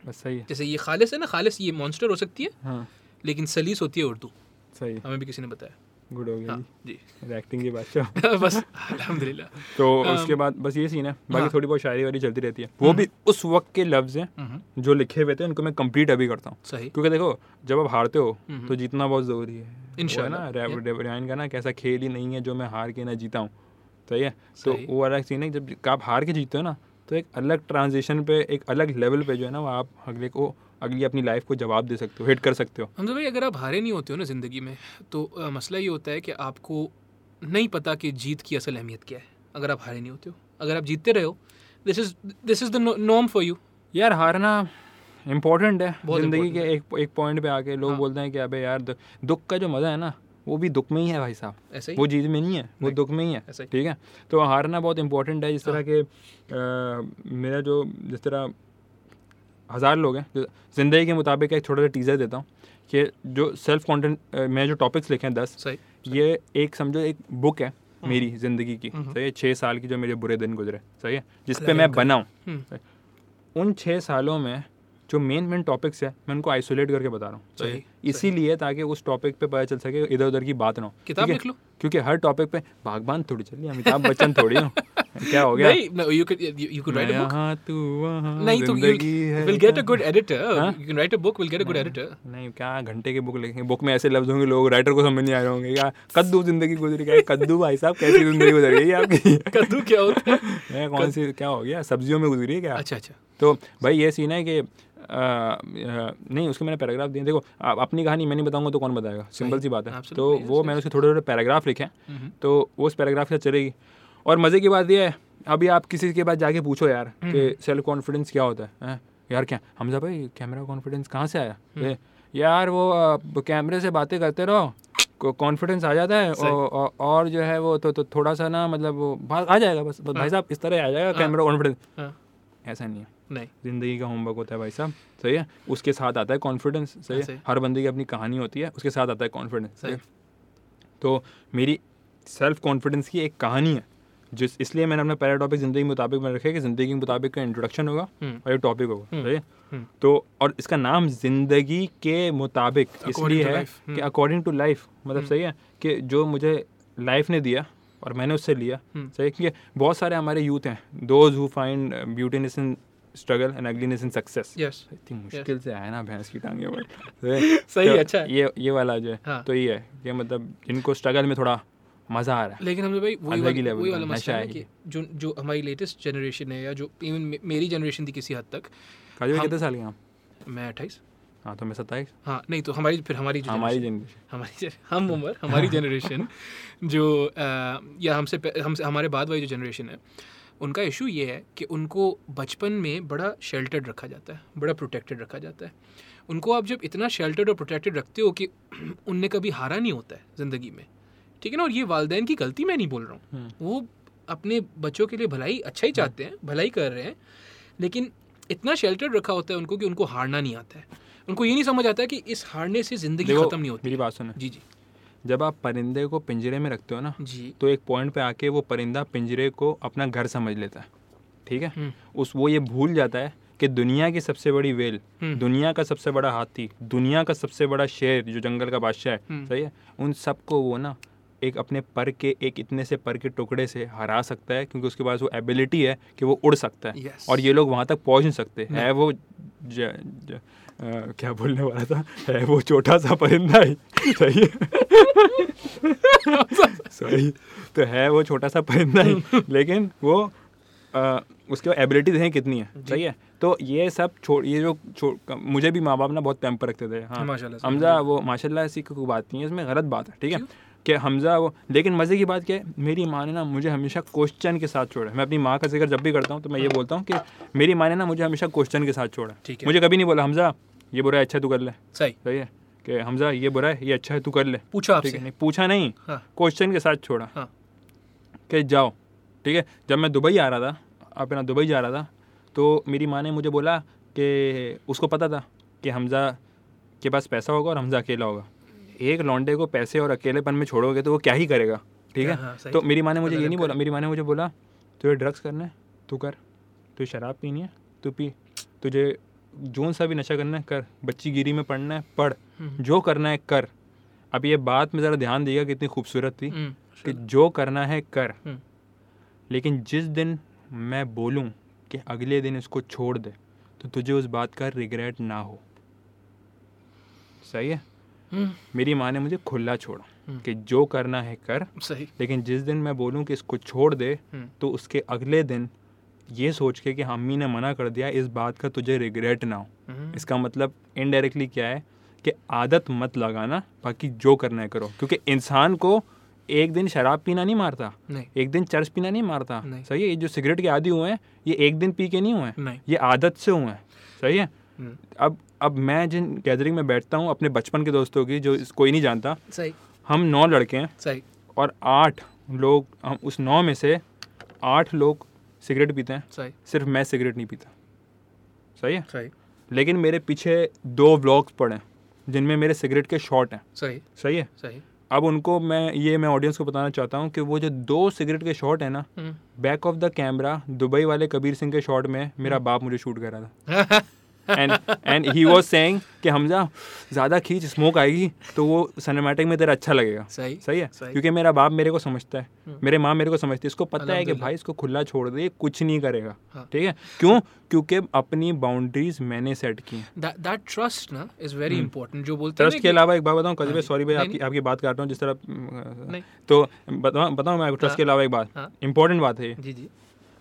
Speaker 3: बस सही है
Speaker 1: जैसे ये खालिस है ना खालिस ये मॉन्स्टर हो सकती है
Speaker 3: हाँ
Speaker 1: लेकिन सलीस होती है उर्दू
Speaker 3: सही है
Speaker 1: हमें भी किसी ने बताया
Speaker 3: गुड हो गया
Speaker 1: हाँ जी
Speaker 3: एक्टिंग की बादशाह
Speaker 1: <laughs> बस अल्हम्दुलिल्लाह
Speaker 3: <laughs> तो
Speaker 1: Um,
Speaker 3: उसके बाद बस ये सीन है बाकी
Speaker 1: हाँ।
Speaker 3: थोड़ी बहुत शायरी वारी चलती रहती है वो भी उस वक्त के लफ्ज़ हैं
Speaker 1: हम्म,
Speaker 3: जो लिखे हुए थे उनको मैं कंप्लीट अभी करता हूँ
Speaker 1: सही
Speaker 3: क्योंकि देखो जब आप हारते हो
Speaker 1: हम्म।
Speaker 3: तो जीतना बहुत ज़रूरी है वो है
Speaker 1: इंशाल्लाह,
Speaker 3: ना
Speaker 1: yeah.
Speaker 3: रेवराइन का ना कैसा खेल ही नहीं है जो मैं हार के ना जीता हूँ सही है तो
Speaker 1: सही।
Speaker 3: वो वाला सीन है जब आप हार के जीतते हो ना तो एक अलग ट्रांजिशन पे एक अलग लेवल पे जो है ना वो आप अगले को अगली अपनी लाइफ को जवाब दे सकते हो हिट कर सकते हो
Speaker 1: हमजा भाई अगर आप हारे नहीं होते हो ना ज़िंदगी में तो अ, मसला ये होता है कि आपको नहीं पता कि जीत की असल अहमियत क्या है अगर आप हारे नहीं होते हो अगर आप जीतते रहे हो this is this is the norm for you
Speaker 3: यार हारना इम्पोर्टेंट है
Speaker 1: बहुत
Speaker 3: ज़िंदगी
Speaker 1: important
Speaker 3: के एक एक पॉइंट पे आके लोग
Speaker 1: हाँ।
Speaker 3: बोलते हैं कि अबे यार दु- दुख का जो मज़ा है ना वो भी दुख में ही है भाई साहब
Speaker 1: ऐसे ही
Speaker 3: वो जीत में नहीं है वो
Speaker 1: नहीं।
Speaker 3: दुख में ही है
Speaker 1: ऐसा ही।
Speaker 3: ठीक है तो हारना बहुत इंपॉर्टेंट है जिस तरह
Speaker 1: हाँ।
Speaker 3: के अ, मेरा जो जिस तरह हज़ार लोग हैं जो ज़िंदगी के मुताबिक एक छोटा सा टीज़र देता हूँ कि जो सेल्फ कॉन्टेंट मैं जो टॉपिक्स लिखे हैं दस
Speaker 1: सही हाँ।
Speaker 3: ये एक समझो एक बुक है मेरी ज़िंदगी की
Speaker 1: हम्म।
Speaker 3: सही है छः साल की जो मेरे बुरे दिन गुजरे सही है जिस पे
Speaker 1: अल्लाह
Speaker 3: मैं
Speaker 1: रहम करे।
Speaker 3: बना हूँ
Speaker 1: हम्म,
Speaker 3: उन छः सालों में जो मेन मेन टॉपिक्स है मैं उनको आइसोलेट करके बता रहा हूँ
Speaker 1: सही,
Speaker 3: सही? इसीलिए ताकि उस टॉपिक पे पता चल सके इधर उधर की बात ना हो
Speaker 1: किताब
Speaker 3: ठीक है?
Speaker 1: लिख लो।
Speaker 3: क्योंकि हर टॉपिक पे बागबान थोड़ी चलिए अमिताभ बच्चन
Speaker 1: <laughs>
Speaker 3: थोड़ी हो क्या हो गया हाँ।
Speaker 1: नहीं no, you could you, you could write a
Speaker 3: मैं
Speaker 1: book
Speaker 3: यहाँ, तू वहाँ,
Speaker 1: नहीं तो you
Speaker 3: जिंदगी है
Speaker 1: will get a
Speaker 3: क्या?
Speaker 1: good editor
Speaker 3: हाँ?
Speaker 1: you can write a book we'll get a good editor
Speaker 3: नहीं क्या घंटे की बुक लिखेंगे बुक में ऐसे लफ्ज होंगे लोग राइटर को समझ नहीं आ रहे होंगे क्या कद्दू जिंदगी गुजरी क्या कद्दू भाई साहब कैसी जिंदगी गुजर गई आपकी
Speaker 1: <laughs> कद्दू क्या होता है
Speaker 3: <laughs> मैं कौन सी क्या हो गया सब्जियों में गुजरी है क्या
Speaker 1: अच्छा अच्छा
Speaker 3: तो भाई ये सीन है कि आ, आ, नहीं उसके मैंने पैराग्राफ दिए देखो आ, अपनी कहानी मैं नहीं बताऊंगा तो कौन बताएगा सिंपल सी बात है
Speaker 1: Absolutely,
Speaker 3: तो
Speaker 1: yes,
Speaker 3: वो
Speaker 1: yes.
Speaker 3: मैंने उसके थोड़े थोड़े पैराग्राफ लिखे हैं
Speaker 1: हम्म,
Speaker 3: तो वो उस पैराग्राफ से चलेगी और मज़े की बात ये है अभी आप किसी के पास जाके पूछो यार
Speaker 1: हम्म।
Speaker 3: कि सेल्फ कॉन्फिडेंस क्या होता है हैं? यार क्या हमजा भाई कैमरा कॉन्फिडेंस कहाँ से आया
Speaker 1: हम्म।
Speaker 3: ये, यार वो आ, कैमरे से बातें करते रहो कॉन्फिडेंस आ जाता है
Speaker 1: सही।
Speaker 3: और- और- और जो है वो तो, तो थोड़ा सा ना मतलब वो बात आ जाएगा बस बस भाई साहब इस तरह आ जाएगा
Speaker 1: हाँ।
Speaker 3: कैमरा कॉन्फिडेंस
Speaker 1: हाँ,
Speaker 3: ऐसा नहीं है
Speaker 1: नहीं
Speaker 3: ज़िंदगी का होमवर्क होता है भाई साहब सही है उसके साथ आता है कॉन्फिडेंस सही
Speaker 1: सही।
Speaker 3: है हर बंदे की अपनी कहानी होती है उसके साथ आता है कॉन्फिडेंस सही है
Speaker 1: सही।
Speaker 3: तो मेरी सेल्फ कॉन्फिडेंस की एक कहानी है जिस इसलिए मैंने अपना पहला टॉपिक ज़िंदगी के मुताबिक में रखा है कि ज़िंदगी के मुताबिक का इंट्रोडक्शन होगा
Speaker 1: हम्म,
Speaker 3: और ये टॉपिक होगा
Speaker 1: हम्म,
Speaker 3: सही है
Speaker 1: हम्म।
Speaker 3: तो और इसका नाम ज़िंदगी के मुताबिक इसलिए
Speaker 1: to
Speaker 3: है
Speaker 1: life, हम्म।
Speaker 3: कि अकॉर्डिंग टू लाइफ मतलब सही है कि जो मुझे लाइफ ने दिया और मैंने उससे लिया
Speaker 1: हम्म।
Speaker 3: सही है कि बहुत सारे हमारे यूथ हैं those who find beautiness in struggle and ugliness in success
Speaker 1: yes
Speaker 3: इतनी मुश्किल से आया ना भैंस की टांगे
Speaker 1: <laughs>
Speaker 3: पर सही
Speaker 1: सही,
Speaker 3: है तो
Speaker 1: अच्छा है।
Speaker 3: ये ये वाला जो है
Speaker 1: हाँ।
Speaker 3: तो ये है कि मतलब जिनको स्ट्रगल में थोड़ा मज़ा आ रहा है
Speaker 1: लेकिन हमसे भाई वही
Speaker 3: अलग ही
Speaker 1: वाला
Speaker 3: level
Speaker 1: वही
Speaker 3: का
Speaker 1: वाला
Speaker 3: नशा
Speaker 1: मसला है
Speaker 3: है
Speaker 1: कि
Speaker 3: ये।
Speaker 1: जो जो हमारी लेटेस्ट जनरेशन है या जो इवन मेरी जनरेशन थी किसी हद तक
Speaker 3: काजू भाई
Speaker 1: हम-
Speaker 3: कितने साल के हैं आप
Speaker 1: मैं अट्ठाईस
Speaker 3: हाँ तो मैं सत्ताईस
Speaker 1: हाँ नहीं तो हमारी फिर हमारी जो
Speaker 3: हमारी
Speaker 1: generation-
Speaker 3: जनरेशन
Speaker 1: हमारी gen- हम उम्र हमारी जनरेशन जो अ, या हमसे पे- हमसे हमारे बाद वाली जो जनरेशन है उनका इशू ये है कि उनको बचपन में बड़ा शेल्टर्ड रखा जाता है बड़ा प्रोटेक्टेड रखा जाता है उनको आप जब इतना शेल्टर्ड और प्रोटेक्टेड रखते हो कि <clears throat> उनने कभी हारा नहीं होता है ज़िंदगी में ठीक है ना और ये वालदेन की गलती मैं नहीं बोल रहा हूँ
Speaker 3: हम्म।
Speaker 1: वो अपने बच्चों के लिए भलाई अच्छा ही चाहते हैं भलाई कर रहे हैं लेकिन इतना शेल्टर्ड रखा होता है उनको कि उनको हारना नहीं आता है उनको ये नहीं समझ आता है कि इस हारने से ज़िंदगी
Speaker 3: देखो,
Speaker 1: ख़त्म नहीं होती
Speaker 3: मेरी बात सुनो
Speaker 1: जी जी
Speaker 3: जब आप परिंदे को पिंजरे में रखते हो ना <laughs>
Speaker 1: जी
Speaker 3: तो एक पॉइंट पे आके वो परिंदा पिंजरे को अपना घर समझ लेता है ठीक है
Speaker 1: हम्म।
Speaker 3: उस वो ये भूल जाता है कि दुनिया की सबसे बड़ी वेल
Speaker 1: हम्म।
Speaker 3: दुनिया का सबसे बड़ा हाथी दुनिया का सबसे बड़ा शेर जो जंगल का बादशाह है
Speaker 1: हम्म।
Speaker 3: सही है उन सबको वो ना एक अपने पर के एक इतने से पर के टुकड़े से हरा सकता है क्योंकि उसके पास वो एबिलिटी है कि वो उड़ सकता है
Speaker 1: Yes. हम्म।
Speaker 3: और ये लोग वहाँ तक पहुँच नहीं सकते है वो ज, ज, अ, क्या बोलने वाला था है वो छोटा सा परिंदा ही सही है
Speaker 1: <laughs>
Speaker 3: सॉरी तो है वो छोटा सा परिंदा ही लेकिन वो अ, उसके बाद एबिलिटीज हैं कितनी है सही है तो ये सब छोड़ ये जो छोड़ मुझे भी माँ बाप ना बहुत पैम्पर रखते थे हाँ
Speaker 1: माशाल्लाह से।
Speaker 3: हमजा वो माशाल्लाह ऐसी कोई बात नहीं है इसमें गलत बात है ठीक है कि हमजा वो लेकिन मज़े की बात क्या है मेरी माँ ने ना मुझे हमेशा क्वेश्चन के साथ छोड़ा है। मैं अपनी माँ का जिक्र जब भी करता हूँ तो मैं ये बोलता हूँ कि मेरी माँ ने ना मुझे हमेशा क्वेश्चन के साथ छोड़ा है।
Speaker 1: ठीक है।
Speaker 3: मुझे कभी नहीं बोला हमजा ये बुरा है अच्छा तू कर ले
Speaker 1: सही
Speaker 3: सही है कि हमजा ये बुरा है ये अच्छा है तू कर ले
Speaker 1: पूछा
Speaker 3: ठीक है
Speaker 1: आपसे
Speaker 3: नहीं पूछा नहीं
Speaker 1: हाँ
Speaker 3: क्वेश्चन के साथ छोड़ा
Speaker 1: हाँ
Speaker 3: कि जाओ ठीक है जब मैं दुबई आ रहा था अपना दुबई जा रहा था तो मेरी माँ ने मुझे बोला कि उसको पता था कि हमज़ा के पास पैसा होगा और हमज़ा अकेला होगा एक लौंडे को पैसे और अकेलेपन में छोड़ोगे तो वो क्या ही करेगा ठीक
Speaker 1: क्या-
Speaker 3: है
Speaker 1: हाँ, सही।
Speaker 3: तो मेरी माँ ने मुझे ये
Speaker 1: गजब
Speaker 3: नहीं
Speaker 1: करे।
Speaker 3: बोला मेरी माँ ने मुझे बोला तुझे ड्रग्स करना है तू कर तुझे शराब पीनी है तू पी तुझे जोन सा भी नशा करना है कर बच्ची गिरी में पढ़ना है पढ़
Speaker 1: हम्म।
Speaker 3: जो करना है कर अब ये बात में ज़रा ध्यान देगा कितनी खूबसूरत थी
Speaker 1: हम्म,
Speaker 3: कि जो करना है कर
Speaker 1: हम्म।
Speaker 3: लेकिन जिस दिन मैं बोलूं कि अगले दिन इसको छोड़ दे तो तुझे उस बात का रिग्रेट ना हो सही है
Speaker 1: हम्म,
Speaker 3: मेरी माँ ने मुझे खुला छोड़ा
Speaker 1: हम्म।
Speaker 3: कि जो करना है कर
Speaker 1: सही
Speaker 3: लेकिन जिस दिन मैं बोलूं कि इसको छोड़ दे
Speaker 1: हम्म।
Speaker 3: तो उसके अगले दिन ये सोच के कि अम्मी ने मना कर दिया इस बात का तुझे रिग्रेट ना हो
Speaker 1: हम्म।
Speaker 3: इसका मतलब इनडायरेक्टली क्या है कि आदत मत लगाना बाकी जो करना है करो क्योंकि इंसान को एक दिन शराब पीना नहीं मारता
Speaker 1: नहीं
Speaker 3: एक दिन चर्च पीना नहीं मारता
Speaker 1: नहीं।
Speaker 3: सही है ये जो सिगरेट के आदि हुए हैं ये एक दिन पी के नहीं हुए हैं
Speaker 1: नहीं
Speaker 3: ये आदत से हुए हैं सही है
Speaker 1: हम्म।
Speaker 3: अब अब मैं जिन गैदरिंग में बैठता हूँ अपने बचपन के दोस्तों की जो इस- कोई नहीं जानता
Speaker 1: सही
Speaker 3: हम नौ लड़के हैं
Speaker 1: सही
Speaker 3: और आठ लोग हम उस नौ में से आठ लोग सिगरेट पीते हैं
Speaker 1: सही
Speaker 3: सिर्फ मैं सिगरेट नहीं पीता सही है
Speaker 1: सही
Speaker 3: लेकिन मेरे पीछे दो व्लॉग्स पड़े हैं जिनमें मेरे सिगरेट के शॉट हैं
Speaker 1: सही
Speaker 3: सही है
Speaker 1: सही
Speaker 3: अब उनको मैं ये मैं ऑडियंस को बताना चाहता हूँ कि वो जो दो सिगरेट के शॉट हैं ना
Speaker 1: हम्म। <laughs>
Speaker 3: Back of the camera Dubai वाले कबीर सिंह के शॉट में मेरा बाप मुझे शूट कर रहा था and and he was saying कि हमजा ज़्यादा खींच स्मोक आएगी तो वो सिनेमैटिक में तेरा अच्छा लगेगा
Speaker 1: सही
Speaker 3: सही है
Speaker 1: सही।
Speaker 3: क्योंकि मेरा बाप मेरे को समझता है
Speaker 1: हम्म।
Speaker 3: मेरे माँ मेरे को समझती है इसको पता है कि
Speaker 1: अलहम्दुलिल्लाह।
Speaker 3: भाई इसको खुला छोड़ दे ये कुछ नहीं करेगा
Speaker 1: हाँ।
Speaker 3: ठीक है क्यों क्योंकि अपनी बाउंड्रीज मैंने सेट की हैं
Speaker 1: that that trust na is very important जो बोलते हैं ना
Speaker 3: ट्रस्ट हम्म। के
Speaker 1: कि-
Speaker 3: अलावा एक बात बताऊँ कभी
Speaker 1: हाँ
Speaker 3: भाई
Speaker 1: जी।
Speaker 3: सॉरी भाई
Speaker 1: नहीं,
Speaker 3: आपकी आपकी बात काट रहा हूँ जिस तरह अम,
Speaker 1: नहीं।
Speaker 3: तो बताऊँ बताऊँ मैं आपको ट्रस्ट
Speaker 1: हाँ।
Speaker 3: के अलावा एक बात
Speaker 1: हाँ।
Speaker 3: इंपॉर्टेंट बात है ये
Speaker 1: जी जी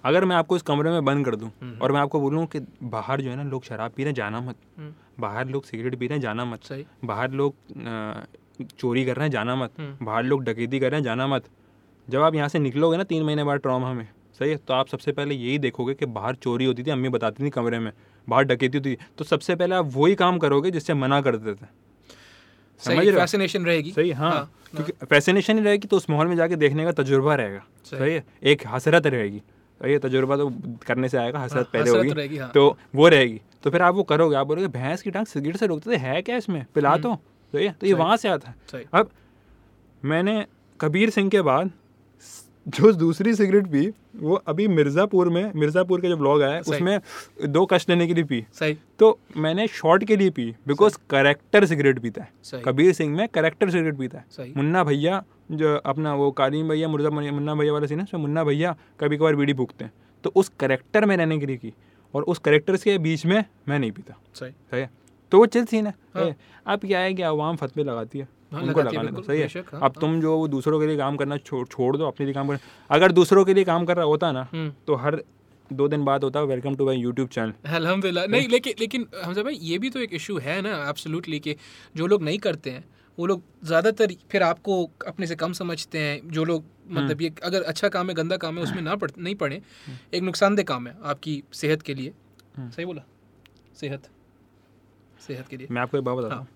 Speaker 3: अगर मैं आपको इस कमरे में बंद कर दूँ
Speaker 1: हम्म।
Speaker 3: और मैं आपको बोलूँ कि बाहर जो है ना लोग शराब पी रहे हैं जाना मत
Speaker 1: हम्म,
Speaker 3: बाहर लोग सिगरेट पी रहे हैं जाना मत
Speaker 1: सही
Speaker 3: बाहर लोग अ, चोरी कर रहे हैं जाना मत
Speaker 1: हम्म।
Speaker 3: बाहर लोग डकैती कर रहे हैं जाना मत जब आप यहाँ से निकलोगे ना तीन महीने बाद ट्रॉमा में सही है तो आप सबसे पहले यही देखोगे कि बाहर चोरी होती थी अम्मी बताती थी कमरे में बाहर डकैती होती थी तो सबसे पहले आप वही काम करोगे जिससे मना कर देते थे समझ
Speaker 1: सही
Speaker 3: रहे हो?
Speaker 1: फैसिनेशन रहेगी
Speaker 3: सही हाँ, क्योंकि फैसिनेशन ही रहेगी तो उस माहौल में जाके देखने का तजुर्बा रहेगा
Speaker 1: सही।
Speaker 3: सही है एक हसरत रहेगी सही है तजुर्बा तो करने से आएगा हसरत
Speaker 1: हाँ,
Speaker 3: पहले
Speaker 1: हसरत
Speaker 3: होगी
Speaker 1: रहेगी, हाँ।
Speaker 3: तो वो रहेगी तो फिर आप वो करोगे आप बोलोगे भैंस की टांग सिगरेट से रोकते थे है क्या इसमें पिला दो सही है तो ये
Speaker 1: हम्म। सही।
Speaker 3: वहाँ से आता है
Speaker 1: सही।
Speaker 3: अब मैंने कबीर सिंह के बाद जो दूसरी सिगरेट पी वो अभी मिर्ज़ापुर में मिर्ज़ापुर का जो ब्लॉग आया है,
Speaker 1: सही।
Speaker 3: उसमें दो कश लेने के लिए पी
Speaker 1: हाँ। सही
Speaker 3: तो मैंने शॉर्ट के लिए पी बिकॉज करेक्टर सिगरेट पीता है
Speaker 1: सही।
Speaker 3: कबीर सिंह में करेक्टर सिगरेट पीता है
Speaker 1: सही।
Speaker 3: मुन्ना भैया जो अपना वो कालीन भैया मुर्जा मुन्ना भैया वाला सीन है उसमें मुन्ना भैया कभी कभार बीड़ी फूकते हैं तो उस करेक्टर में रहने के लिए की और उस करेक्टर्स के बीच में मैं नहीं पीता
Speaker 1: सही
Speaker 3: सही है तो वो चिल सीन है
Speaker 1: हाँ।
Speaker 3: सही है। अब क्या है कि आवाम फतवे लगाती है
Speaker 1: हाँ,
Speaker 3: उनको
Speaker 1: लगाती है,
Speaker 3: लगाने दो
Speaker 1: बिल्कुल,
Speaker 3: सही है
Speaker 1: बेशक, हाँ,
Speaker 3: अब
Speaker 1: हाँ।
Speaker 3: तुम जो वो दूसरों के लिए काम करना छोड़ छोड़ दो अपने लिए काम कर अगर दूसरों के लिए काम कर रहा होता ना
Speaker 1: हम्म।
Speaker 3: तो हर दो दिन बाद होता welcome to my YouTube channel
Speaker 1: अल्हम्दुलिल्लाह नहीं लेकिन लेकिन हमजा भाई ये भी तो एक इशू है ना एब्सोल्युटली कि जो लोग नहीं करते हैं वो लोग ज़्यादातर फिर आपको अपने से कम समझते हैं जो लोग
Speaker 3: हम्म।
Speaker 1: मतलब ये अगर अच्छा काम है गंदा काम है उसमें ना पढ़ नहीं पढ़ें एक नुकसानदेह काम है आपकी सेहत के लिए
Speaker 3: हम्म।
Speaker 1: सही बोला सेहत सेहत के लिए
Speaker 3: मैं आपको एक बात बताता
Speaker 1: हाँ।
Speaker 3: हूँ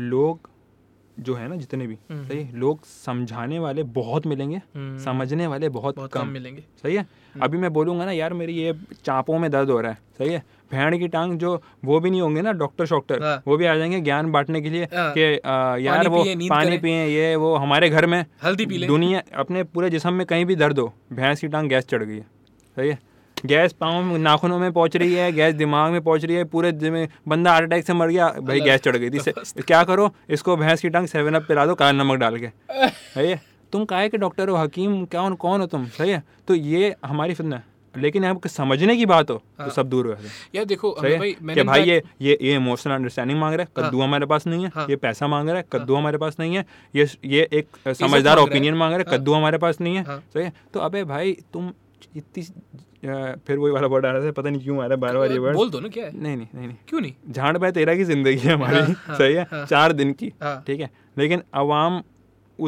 Speaker 3: लोग जो है ना जितने भी
Speaker 1: हम्म।
Speaker 3: सही है, लोग समझाने वाले बहुत मिलेंगे
Speaker 1: हम्म।
Speaker 3: समझने वाले बहुत,
Speaker 1: बहुत
Speaker 3: कम
Speaker 1: कम मिलेंगे
Speaker 3: सही है
Speaker 1: हम्म।
Speaker 3: अभी मैं बोलूँगा ना यार मेरी ये चापों में दर्द हो रहा है सही है भेड़ की टांग जो वो भी नहीं होंगे ना डॉक्टर शॉक्टर
Speaker 1: हाँ।
Speaker 3: वो भी आ जाएंगे ज्ञान बांटने के लिए
Speaker 1: हाँ।
Speaker 3: कि आ, यार वो
Speaker 1: पिए, नींद
Speaker 3: पानी
Speaker 1: करें।
Speaker 3: पिए ये वो हमारे घर में
Speaker 1: हल्दी पी लें।
Speaker 3: दुनिया अपने पूरे जिसम में कहीं भी दर्द हो भैंस की टांग गैस चढ़ गई है सही है गैस पाँव में नाखूनों में पहुंच रही है गैस दिमाग में पहुंच रही है पूरे जिम- बंदा हार्ट अटैक से मर गया भाई
Speaker 1: अल्लाह
Speaker 3: गैस चढ़ गई थी से- क्या करो इसको भैंस की टांग सेवन अप पिला दो काला नमक डाल के सही है तुम काहे के डॉक्टर हो हकीम कौन कौन हो तुम सही है तो ये हमारी फितना है लेकिन आपको समझने की बात हो तो सब दूर हो जाते हैं।
Speaker 1: यार देखो
Speaker 3: सही
Speaker 1: हमजा
Speaker 3: है
Speaker 1: हाँ। तो भाई
Speaker 3: कि
Speaker 1: मैंने
Speaker 3: भाई
Speaker 1: इनका-
Speaker 3: ये ये ये इमोशनल अंडरस्टैंडिंग मांग रहा है
Speaker 1: हाँ।
Speaker 3: कद्दू हमारे पास नहीं है
Speaker 1: हाँ।
Speaker 3: ये पैसा मांग रहा है कद्दू हमारे पास नहीं है ये ये एक अ, समझदार
Speaker 1: मांग रहा है।
Speaker 3: ओपिनियन मांग रहा है
Speaker 1: हाँ।
Speaker 3: कद्दू हमारे पास नहीं है
Speaker 1: हाँ।
Speaker 3: सही है तो अबे भाई तुम इतनी अ, फिर वही वाला वर्ड आ रहा था पता नहीं क्यों आ रहा है बार बार ये वर्ड
Speaker 1: बोल दो ना क्या है
Speaker 3: नहीं नहीं नहीं नहीं
Speaker 1: क्यों नहीं
Speaker 3: झाड़ बाय तेरा की जिंदगी है हमारी
Speaker 1: हाँ, हाँ,
Speaker 3: सही है
Speaker 1: हाँ।
Speaker 3: चार दिन की
Speaker 1: हाँ।
Speaker 3: ठीक है लेकिन अवाम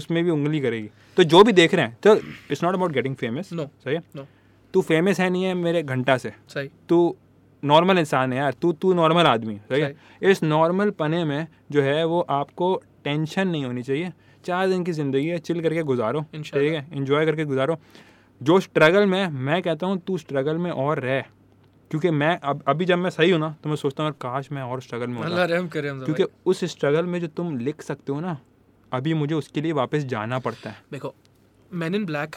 Speaker 3: उसमें भी उंगली करेगी तो जो भी देख रहे हैं तो it's not about getting famous
Speaker 1: No.
Speaker 3: सही है
Speaker 1: No.
Speaker 3: तू फेमस है नहीं है मेरे घंटा से
Speaker 1: सही
Speaker 3: तू नॉर्मल इंसान है यार तू तू नॉर्मल आदमी है सही है इस नॉर्मल पने में जो है वो आपको टेंशन नहीं होनी चाहिए चार दिन की ज़िंदगी है चिल करके गुजारो
Speaker 1: इंशाल्लाह।
Speaker 3: ठीक है इंजॉय करके गुजारो जो स्ट्रगल में है, मैं कहता हूँ तू स्ट्रगल में और रह क्योंकि मैं अब अभी जब मैं सही हूँ ना तो मैं सोचता हूँ काश मैं और स्ट्रगल में
Speaker 1: अल्लाह
Speaker 3: होता
Speaker 1: रहम करे हमजा
Speaker 3: क्योंकि उस स्ट्रगल में जो तुम लिख सकते हो ना अभी मुझे उसके लिए वापस जाना पड़ता है
Speaker 1: देखो man in black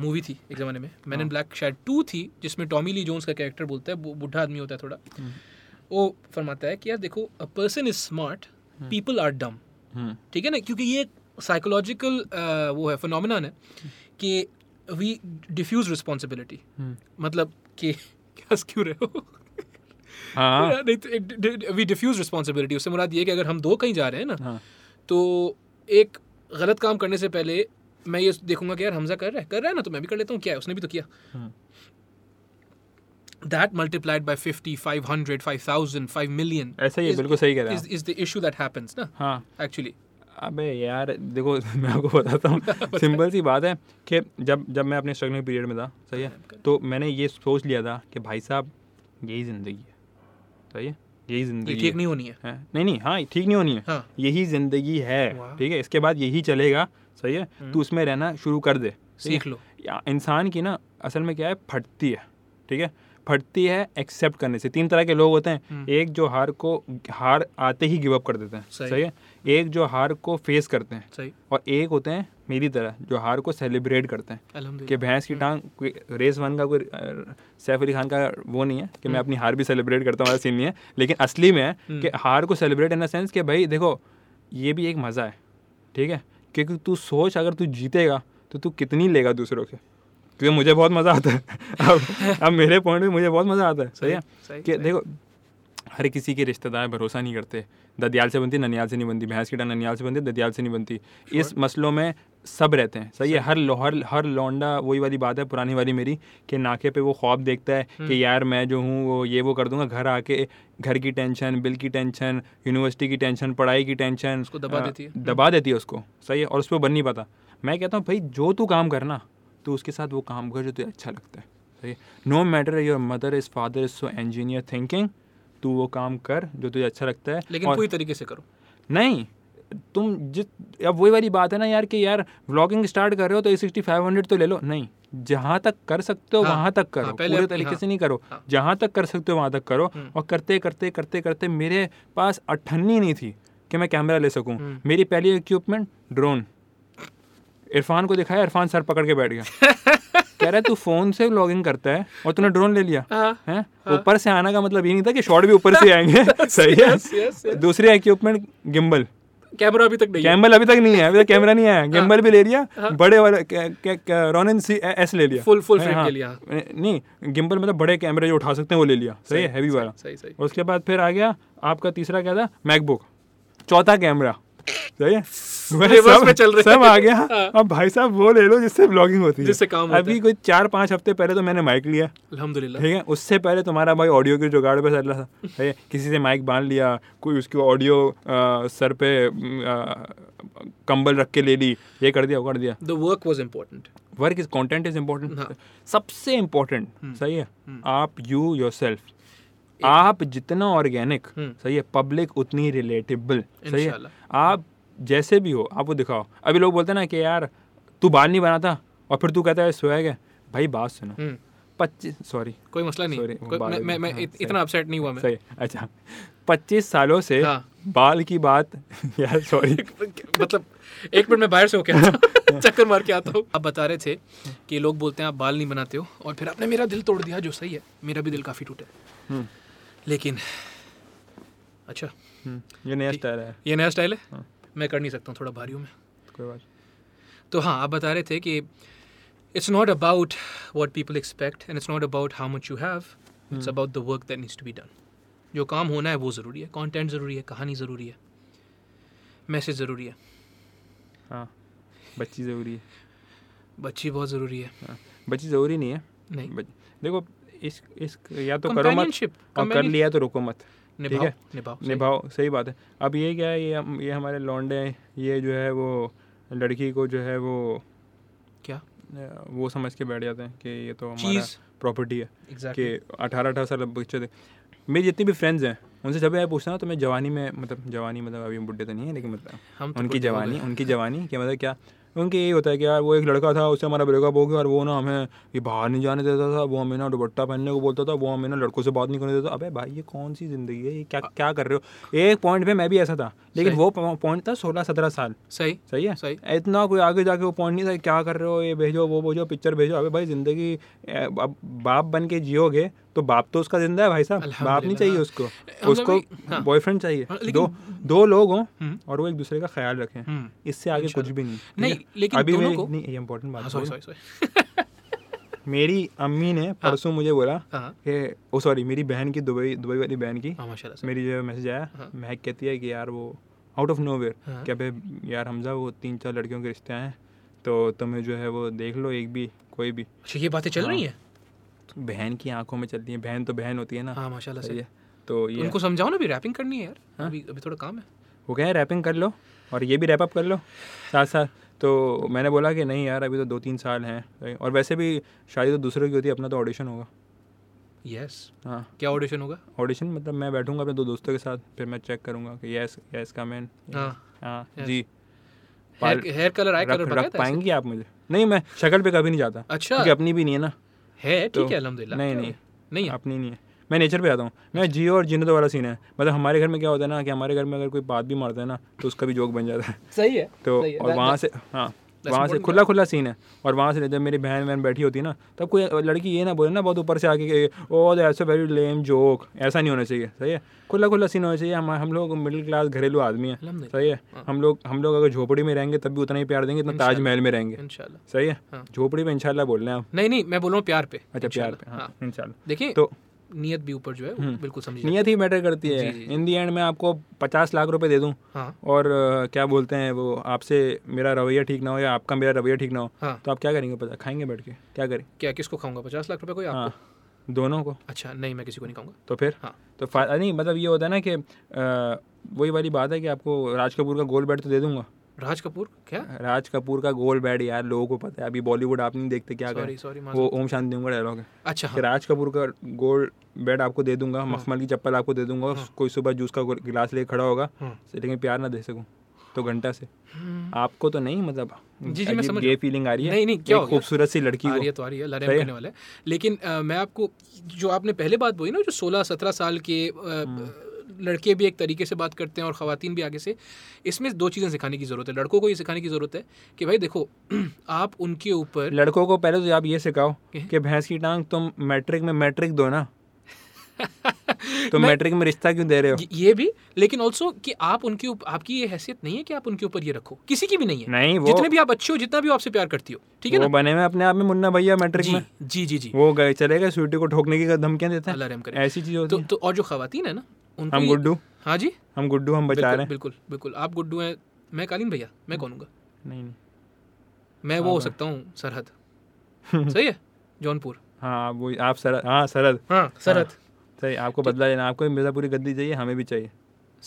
Speaker 1: movie uh, थी एक ज़माने में मैन इन ब्लैक शायद टू थी जिसमें टॉमी ली जोन्स का कैरेक्टर बोलता है बु- बूढ़ा आदमी होता है थोड़ा वो फरमाता है कि यार देखो a person is smart people are dumb
Speaker 3: हम्म,
Speaker 1: ठीक है ना क्योंकि ये साइकोलॉजिकल वो है फिनोमिनन है कि वी डिफ्यूज रिस्पॉन्सिबिलिटी
Speaker 3: हम्म।
Speaker 1: मतलब कि <laughs> क्या क्यों रहे हो
Speaker 3: हाँ
Speaker 1: <laughs> नहीं तो वी डिफ्यूज रिस्पॉन्सिबिलिटी उससे मुराद ये है कि अगर हम दो कहीं जा रहे हैं ना
Speaker 3: हाँ
Speaker 1: तो एक गलत काम करने से पहले मैं ये देखूंगा कि यार हमजा कर रहा है कर रहा है ना तो मैं भी कर लेता हूँ क्या है उसने भी तो किया
Speaker 3: हम्म।
Speaker 1: That multiplied by fifty five hundred five thousand five million
Speaker 3: ऐसा ही है, बिल्कुल सही कह रहा है
Speaker 1: is the issue that happens ना
Speaker 3: हाँ
Speaker 1: एक्चुअली
Speaker 3: अबे यार देखो <laughs> मैं आपको बताता हूँ सिंपल सी बात है कि जब जब मैं अपने स्ट्रगलिंग पीरियड में था सही है तो मैंने ये सोच लिया था कि भाई साहब यही ज़िंदगी है सही है यही
Speaker 1: ये
Speaker 3: ज़िंदगी
Speaker 1: ठीक
Speaker 3: है
Speaker 1: नहीं होनी है
Speaker 3: हैं? नहीं नहीं हाँ ठीक नहीं होनी है
Speaker 1: हाँ
Speaker 3: यही ज़िंदगी है
Speaker 1: वाह। हम्म।
Speaker 3: ठीक है इसके बाद यही चलेगा सही है तू उसमें रहना शुरू कर दे ठीक है?
Speaker 1: सीख लो
Speaker 3: या- इंसान की ना असल में क्या है फटती है ठीक है फटती है एक्सेप्ट करने से तीन तरह के लोग होते हैं
Speaker 1: हम्म।
Speaker 3: एक जो हार को हार आते ही गिव अप कर देते हैं
Speaker 1: सही।
Speaker 3: सही है एक जो हार को फेस करते हैं
Speaker 1: सही
Speaker 3: और एक होते हैं मेरी तरह जो हार को सेलिब्रेट करते हैं कि
Speaker 1: अलहमद
Speaker 3: भैंस की टांग कोई रेस वन का कोई अ, सैफ अली खान का वो नहीं है कि मैं अपनी हार भी सेलिब्रेट करता हूँ वाला सीन नहीं है लेकिन असली में है कि हार को सेलिब्रेट इन द सेंस कि भाई देखो ये भी एक मज़ा है ठीक है क्योंकि तू सोच अगर तू जीतेगा तो तू कितनी लेगा दूसरों से क्योंकि मुझे बहुत मज़ा आता है <laughs> अब अब मेरे पॉइंट में मुझे बहुत मज़ा आता है सही है
Speaker 1: सही
Speaker 3: कि देखो हर किसी के रिश्तेदार भरोसा नहीं करते ददियाल से बनती ननियाल से नहीं बनती भैंस की टांग ननियाल से बनती ददियाल से नहीं बनती इस मसलों में सब रहते हैं सही है हर लो- हर हर लौंडा वही वाली बात है पुरानी वाली मेरी कि नाके पे वो ख्वाब देखता है
Speaker 1: हम्म।
Speaker 3: कि यार मैं जो हूँ वो ये वो कर दूंगा घर आके घर की टेंशन बिल की टेंशन यूनिवर्सिटी की टेंशन पढ़ाई की टेंशन
Speaker 1: उसको दबा
Speaker 3: अ,
Speaker 1: देती है।
Speaker 3: दबा देती है उसको सही है और उस पर बन नहीं पाता मैं कहता हूँ भाई जो तू काम करना तो उसके साथ वो काम कर जो तुझे अच्छा लगता है सही है no matter your mother is father is so engineer thinking तू वो काम कर जो तुझे अच्छा लगता है
Speaker 1: लेकिन
Speaker 3: और-
Speaker 1: पूरी तरीके से करो
Speaker 3: नहीं तुम जिस अब वही वाली बात है ना यार कि यार व्लॉगिंग स्टार्ट कर रहे हो तो ए सिक्सटी फाइव हंड्रेड तो ले लो नहीं जहाँ तक कर सकते हो
Speaker 1: हाँ,
Speaker 3: वहाँ तक करो
Speaker 1: हाँ, पहले
Speaker 3: पूरे
Speaker 1: अपनी-
Speaker 3: तरीके
Speaker 1: हाँ,
Speaker 3: से नहीं करो
Speaker 1: हाँ।
Speaker 3: जहाँ तक कर सकते हो वहाँ तक करो
Speaker 1: हम्म।
Speaker 3: और करते करते करते करते मेरे पास अठन्नी नहीं थी कि मैं कैमरा ले सकूं
Speaker 1: हम्म।
Speaker 3: मेरी पहली इक्विपमेंट ड्रोन इरफान को दिखाया इरफान सर पकड़ के
Speaker 1: <laughs>
Speaker 3: बैठ गया कह रहा है तू फ़ोन से व्लॉगिंग करता है और तूने ड्रोन ले लिया
Speaker 1: हाँ
Speaker 3: हैं ऊपर से आना का मतलब ये नहीं था कि शॉट भी ऊपर
Speaker 1: <laughs>
Speaker 3: से आएंगे सही
Speaker 1: yes, yes,
Speaker 3: है दूसरी इक्विपमेंट गिम्बल
Speaker 1: कैमरा अभी तक नहीं है
Speaker 3: कैम्बल अभी तक नहीं है अभी तक कैमरा नहीं आया गिम्बल भी ले लिया
Speaker 1: हाँ।
Speaker 3: बड़े वाले कै- कै- कै- रोनिन सी एस ले लिया
Speaker 1: Full- full
Speaker 3: हैं,
Speaker 1: frame
Speaker 3: हाँ।
Speaker 1: के लिए, हाँ।
Speaker 3: नहीं गिम्बल मतलब बड़े कैमरे जो उठा सकते हैं वो ले लिया सही है हैवी वाला
Speaker 1: सही सही
Speaker 3: उसके बाद फिर आ गया आपका तीसरा क्या था मैकबुक चौथा कैमरा
Speaker 1: <laughs>
Speaker 3: सही है वह
Speaker 1: Reverse
Speaker 3: सब
Speaker 1: में चल रहे
Speaker 3: सब
Speaker 1: हैं।
Speaker 3: आ गया
Speaker 1: हाँ।
Speaker 3: अब भाई साहब वो ले लो जिससे ब्लॉगिंग होती है
Speaker 1: जिससे काम होता
Speaker 3: अभी
Speaker 1: है।
Speaker 3: कोई चार पाँच हफ्ते पहले तो मैंने माइक लिया
Speaker 1: अलहमदुल्ला
Speaker 3: ठीक है उससे पहले तुम्हारा भाई ऑडियो की जुगाड़ पे
Speaker 1: <laughs>
Speaker 3: चल रहा था ठीक है किसी से माइक बांध लिया कोई उसकी ऑडियो अ, सर पे म, अ, कंबल रख के ले ली ये कर दिया वो कर दिया
Speaker 1: the work was important
Speaker 3: work is content is
Speaker 1: हाँ। हम्म।
Speaker 3: इम्पोर्टेंट सबसे इम्पोर्टेंट सही है आप यू योर आप जितना ऑर्गेनिक
Speaker 1: हम्म।
Speaker 3: सही है पब्लिक उतनी रिलेटेबल सही है
Speaker 1: इंशाल्लाह।
Speaker 3: आप जैसे भी हो आप वो दिखाओ अभी लोग बोलते हैं ना कि यार तू बाल नहीं बनाता और फिर तू कहता है स्वैग है भाई बात
Speaker 1: हम्म।
Speaker 3: सुनो पच्चीस सॉरी
Speaker 1: कोई मसला नहीं
Speaker 3: Sorry, वो
Speaker 1: कोई-
Speaker 3: बाल
Speaker 1: मैं-
Speaker 3: हो
Speaker 1: मैं
Speaker 3: गया।
Speaker 1: मैं
Speaker 3: हाँ,
Speaker 1: इत-
Speaker 3: सही।
Speaker 1: इतना अपसेट नहीं हुआ मैं
Speaker 3: सही अच्छा पच्चीस सालों से
Speaker 1: हाँ।
Speaker 3: बाल की बात यार सॉरी
Speaker 1: <laughs> मतलब एक मिनट मैं बाहर से होके आता हूँ <laughs> चक्कर मार के आता हूँ आप बता रहे थे कि लोग बोलते हैं आप बाल नहीं बनाते हो और फिर आपने मेरा दिल तोड़ दिया जो सही है मेरा भी दिल काफ़ी टूटा है।
Speaker 3: हम्म।
Speaker 1: लेकिन अच्छा
Speaker 3: हम्म, ये नया स्टाइल है
Speaker 1: ये नया स्टाइल है
Speaker 3: हाँ।
Speaker 1: मैं कर नहीं सकता हूँ थोड़ा भारी हूँ मैं
Speaker 3: कोई बात
Speaker 1: तो हाँ आप बता रहे थे कि it's not about what people expect and it's not about how much you have it's about the work that needs to be done जो काम होना है वो ज़रूरी है कंटेंट ज़रूरी है कहानी ज़रूरी है मैसेज ज़रूरी है
Speaker 3: हाँ बच्ची ज़रूरी है
Speaker 1: बच्ची बहुत ज़रूरी है
Speaker 3: हाँ, बच्ची ज़रूरी नहीं है
Speaker 1: नहीं
Speaker 3: बच- देखो इस इस या तो करो मत
Speaker 1: कंपेनियनशिप
Speaker 3: और कर लिया तो रुको मत ठीक
Speaker 1: निभाओ
Speaker 3: है?
Speaker 1: निभाओ सही।
Speaker 3: निभाओ सही बात है अब ये क्या है ये हम ये हमारे लौंडे हैं ये जो है वो लड़की को जो है वो
Speaker 1: क्या
Speaker 3: अ, वो समझ के बैठ जाते हैं कि ये तो हमारा
Speaker 1: चीज
Speaker 3: प्रॉपर्टी है
Speaker 1: एग्जैक्टली
Speaker 3: कि अठारह अठारह साल अब बच्चे थे मेरे जितने भी फ्रेंड्स हैं उनसे जब मैं पूछता हूँ तो मैं जवानी में मतलब जवानी मतलब अभी हम बुढ़े तो नहीं है लेकिन मतलब
Speaker 1: हम तो
Speaker 3: उनकी
Speaker 1: बुढ़े हो
Speaker 3: जवानी
Speaker 1: गए।
Speaker 3: उनकी जवानी क्या मतलब क्या उनके यही होता है कि यार वो एक लड़का था उससे हमारा ब्रेकअप हो गया और वो ना हमें ये बाहर नहीं जाने देता था वो हमें ना दुपट्टा पहनने को बोलता था वो हमें ना लड़कों से बात नहीं करने देता था अबे भाई ये कौन सी ज़िंदगी है ये क्या क्या कर रहे हो एक पॉइंट पे मैं भी ऐसा था लेकिन
Speaker 1: सही।
Speaker 3: वो पॉइंट था सोलह सत्रह साल
Speaker 1: सही
Speaker 3: सही है
Speaker 1: सही।
Speaker 3: इतना कोई आगे जाके वो पॉइंट नहीं था कि क्या कर रहे हो ये भेजो वो भेजो पिक्चर भेजो अबे भाई ज़िंदगी ए, अब बाप बन के जियोगे तो बाप तो उसका ज़िंदा है भाई साहब बाप
Speaker 1: अल्हम्दुलिल्लाह।
Speaker 3: नहीं चाहिए उसको
Speaker 1: हम
Speaker 3: उसको
Speaker 1: लोग भी- हाँ।
Speaker 3: बॉयफ्रेंड चाहिए
Speaker 1: हाँ, लेकिन-
Speaker 3: दो दो लोग हों
Speaker 1: हम्म।
Speaker 3: और वो एक दूसरे का ख्याल रखें
Speaker 1: हम्म।
Speaker 3: इससे आगे कुछ भी नहीं
Speaker 1: नहीं,
Speaker 3: ठीक है?
Speaker 1: लेकिन
Speaker 3: अभी
Speaker 1: दोनों
Speaker 3: मेरी
Speaker 1: को-
Speaker 3: नहीं ये इंपॉर्टेंट
Speaker 1: हाँ
Speaker 3: बात
Speaker 1: सॉरी
Speaker 3: है
Speaker 1: सॉरी सॉरी
Speaker 3: <laughs> मेरी अम्मी ने परसों मुझे बोला
Speaker 1: हाँ
Speaker 3: कि ओ सॉरी मेरी बहन की दुबई दुबई वाली बहन की
Speaker 1: हाँ माशाल्लाह से।
Speaker 3: मेरी जो है मैसेज आया
Speaker 1: हाँ।
Speaker 3: महक कहती है कि यार वो आउट ऑफ नोवेयर
Speaker 1: हाँ।
Speaker 3: कि अबे यार हमजा वो तीन चार लड़कियों के रिश्ते आए हैं तो तुम्हें जो है वो देख लो एक भी कोई भी
Speaker 1: अच्छा ये बातें चल रही
Speaker 3: हाँ।
Speaker 1: हैं
Speaker 3: बहन की आंखों में चलती है बहन तो बहन होती है ना
Speaker 1: हाँ माशाल्लाह
Speaker 3: सही
Speaker 1: से
Speaker 3: है तो ये
Speaker 1: उनको समझाओ ना भी रैपिंग करनी है यार
Speaker 3: हाँ।
Speaker 1: अभी अभी थोड़ा काम है
Speaker 3: वो कहें रैपिंग कर लो और ये भी रैप अप कर लो साथ साथ तो मैंने बोला कि नहीं यार अभी तो दो तीन साल हैं और वैसे भी शादी तो दूसरों की होती है अपना तो ऑडिशन होगा
Speaker 1: यस
Speaker 3: हाँ
Speaker 1: क्या ऑडिशन होगा
Speaker 3: ऑडिशन मतलब मैं बैठूंगा अपने दो दोस्तों के साथ फिर मैं चेक करूंगा कि यस यस का मैन
Speaker 1: हाँ।
Speaker 3: हाँ
Speaker 1: Yes.
Speaker 3: जी पाल-
Speaker 1: हेयर कलर आई
Speaker 3: रख
Speaker 1: कलर
Speaker 3: रख
Speaker 1: पता है
Speaker 3: पाएंगे आप मुझे नहीं मैं शक्ल पे कभी नहीं जाता
Speaker 1: अच्छा।
Speaker 3: क्योंकि अपनी भी नहीं है ना
Speaker 1: है ठीक
Speaker 3: तो-
Speaker 1: है अल्हम्दुलिल्लाह
Speaker 3: नहीं,
Speaker 1: क्या
Speaker 3: नहीं।
Speaker 1: है? नहीं है अच्छा।
Speaker 3: अपनी नहीं है मैं नेचर पे आता हूँ मैं जियो और जिनो वाला सीन है मतलब हमारे घर में क्या होता है ना कि हमारे घर में अगर कोई बात भी मारता है ना तो उसका भी जोक बन जाता है
Speaker 1: सही है
Speaker 3: तो
Speaker 1: सही है।
Speaker 3: और
Speaker 1: That-
Speaker 3: वहाँ से हाँ वहाँ से
Speaker 1: important
Speaker 3: खुला खुला सीन है और वहाँ से जब मेरी बहन बहन बैठी होती है ना तब कोई लड़की ये ना बोले ना बहुत ऊपर से आके कि, ओ तो that's a very lame joke ऐसा नहीं होना चाहिए सही है खुला खुला सीन होना चाहिए हम हम लोग मिडिल क्लास घरेलू आदमी हैं
Speaker 1: अलहमदुलिल्लाह।
Speaker 3: सही है हम लोग हम लोग अगर झोपड़ी में रहेंगे तब भी उतना ही प्यार देंगे इतना ताजमहल में रहेंगे
Speaker 1: इंशाल्लाह
Speaker 3: सही है
Speaker 1: हाँ।
Speaker 3: झोपड़ी में इंशाल्लाह बोल रहे हैं आप
Speaker 1: नहीं नहीं मैं बोल रहा हूँ प्यार पे
Speaker 3: अच्छा प्यार
Speaker 1: इंशाल्लाह,
Speaker 3: पे हाँ इंशाल्लाह
Speaker 1: देखिए
Speaker 3: तो- हम्म।
Speaker 1: नियत भी ऊपर जो है वो बिल्कुल समझिए
Speaker 3: नियत ही मैटर करती है
Speaker 1: जी,
Speaker 3: इन दी एंड मैं आपको पचास लाख रुपए दे दूँ
Speaker 1: हाँ
Speaker 3: और अ, क्या बोलते हैं वो आपसे मेरा रवैया ठीक ना हो या आपका मेरा रवैया ठीक ना हो
Speaker 1: हाँ
Speaker 3: तो आप क्या करेंगे पता खाएंगे बैठ के क्या करें
Speaker 1: क्या किसको खाऊंगा पचास लाख रुपए को या
Speaker 3: हाँ
Speaker 1: आपको
Speaker 3: दोनों को
Speaker 1: अच्छा नहीं मैं किसी को नहीं खाऊंगा
Speaker 3: तो फिर
Speaker 1: हाँ।
Speaker 3: तो फायदा नहीं मतलब ये होता है ना कि अ, वही वाली बात है कि आपको राज कपूर का गोल बैट तो दे दूंगा
Speaker 1: राज कपूर क्या
Speaker 3: राज कपूर का गोल बैट यार लोगों को पता है अभी बॉलीवुड आप नहीं देखते क्या करें
Speaker 1: सॉरी सॉरी
Speaker 3: वो ओम शांति ओम का डायलॉग है
Speaker 1: अच्छा
Speaker 3: कि
Speaker 1: हाँ
Speaker 3: राज कपूर का गोल बैट आपको दे दूंगा मखमल की चप्पल आपको दे दूंगा और कोई सुबह जूस का गोल- गिलास लेके खड़ा होगा
Speaker 1: हाँ।
Speaker 3: लेकिन प्यार ना दे सकूं तो घंटा से
Speaker 1: हम्म,
Speaker 3: आपको तो नहीं मतलब
Speaker 1: जी, मैं
Speaker 3: अजीब
Speaker 1: समझ
Speaker 3: ये फीलिंग आ रही है
Speaker 1: नहीं, नहीं, क्या
Speaker 3: एक
Speaker 1: हो गया?
Speaker 3: खूबसूरत सी लड़की
Speaker 1: आ रही
Speaker 3: को
Speaker 1: है तो आ रही है लड़ाई
Speaker 3: सही है।
Speaker 1: करने वाला है लेकिन अ, मैं आपको जो आपने पहले बात बोली ना जो 16 17 साल के अ,
Speaker 3: हम्म।
Speaker 1: लड़के भी एक तरीके से बात करते हैं और ख़वातीन भी आगे से इसमें दो चीज़ें सिखाने की ज़रूरत है लड़कों को ये सिखाने की ज़रूरत है कि भाई देखो <clears throat> आप उनके ऊपर <laughs>
Speaker 3: लड़कों को पहले तो आप ये सिखाओ
Speaker 1: क्या?
Speaker 3: कि भैंस की टांग तुम मैट्रिक में मैट्रिक दो ना तुम मैट्रिक में रिश्ता क्यों दे रहे हो
Speaker 1: ये- ये भी लेकिन ऑल्सो कि आप उनके ऊपर आपकी ये हैसियत नहीं है कि आप उनके ऊपर ये रखो किसी की भी नहीं है
Speaker 3: नहीं वो
Speaker 1: जितने भी आप अच्छे हो जितना भी आप आपसे प्यार करती हो ठीक है
Speaker 3: वो
Speaker 1: ना
Speaker 3: बने हुए अपने आप में मुन्ना भैया मैट्रिक
Speaker 1: जी
Speaker 3: में
Speaker 1: जी जी जी
Speaker 3: वो गए चले गए स्वीटी को ठोकने की धमकियां देते
Speaker 1: अल्लाह
Speaker 3: हैं
Speaker 1: रहम करे
Speaker 3: ऐसी चीज होती
Speaker 1: तो
Speaker 3: है
Speaker 1: तो और जो खातन है ना उनको
Speaker 3: हम
Speaker 1: ये-
Speaker 3: गुड्डू
Speaker 1: हाँ जी
Speaker 3: हम गुड्डू हम बचा
Speaker 1: बिल्कुल
Speaker 3: रहे हैं
Speaker 1: बिल्कुल बिल्कुल आप गुड्डू हैं मैं कालीन भैया मैं कौन हूँगा
Speaker 3: नहीं नहीं हाँ
Speaker 1: मैं वो हो सकता हूँ सरहद
Speaker 3: <laughs>
Speaker 1: सही है जौनपुर
Speaker 3: हाँ आप वो आप सरद हाँ सरद
Speaker 1: हाँ सरहद
Speaker 3: सही आपको
Speaker 1: तो-
Speaker 3: बदला लेना आपको भी मिर्जापुरी गद्दी चाहिए हमें भी चाहिए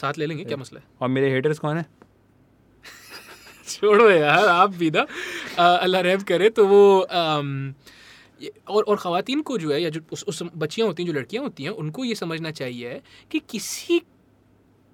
Speaker 1: साथ ले लेंगे क्या मसला
Speaker 3: <laughs>
Speaker 1: है
Speaker 3: और मेरे हेटर्स कौन है
Speaker 1: छोड़ो यार आप भी ना <laughs> अ, अल्लाह रहम करे तो वो अम, ये- और और ख़वातीन को जो है या जो उस, उस बच्चियाँ होती हैं जो लड़कियाँ होती हैं उनको ये समझना चाहिए कि किसी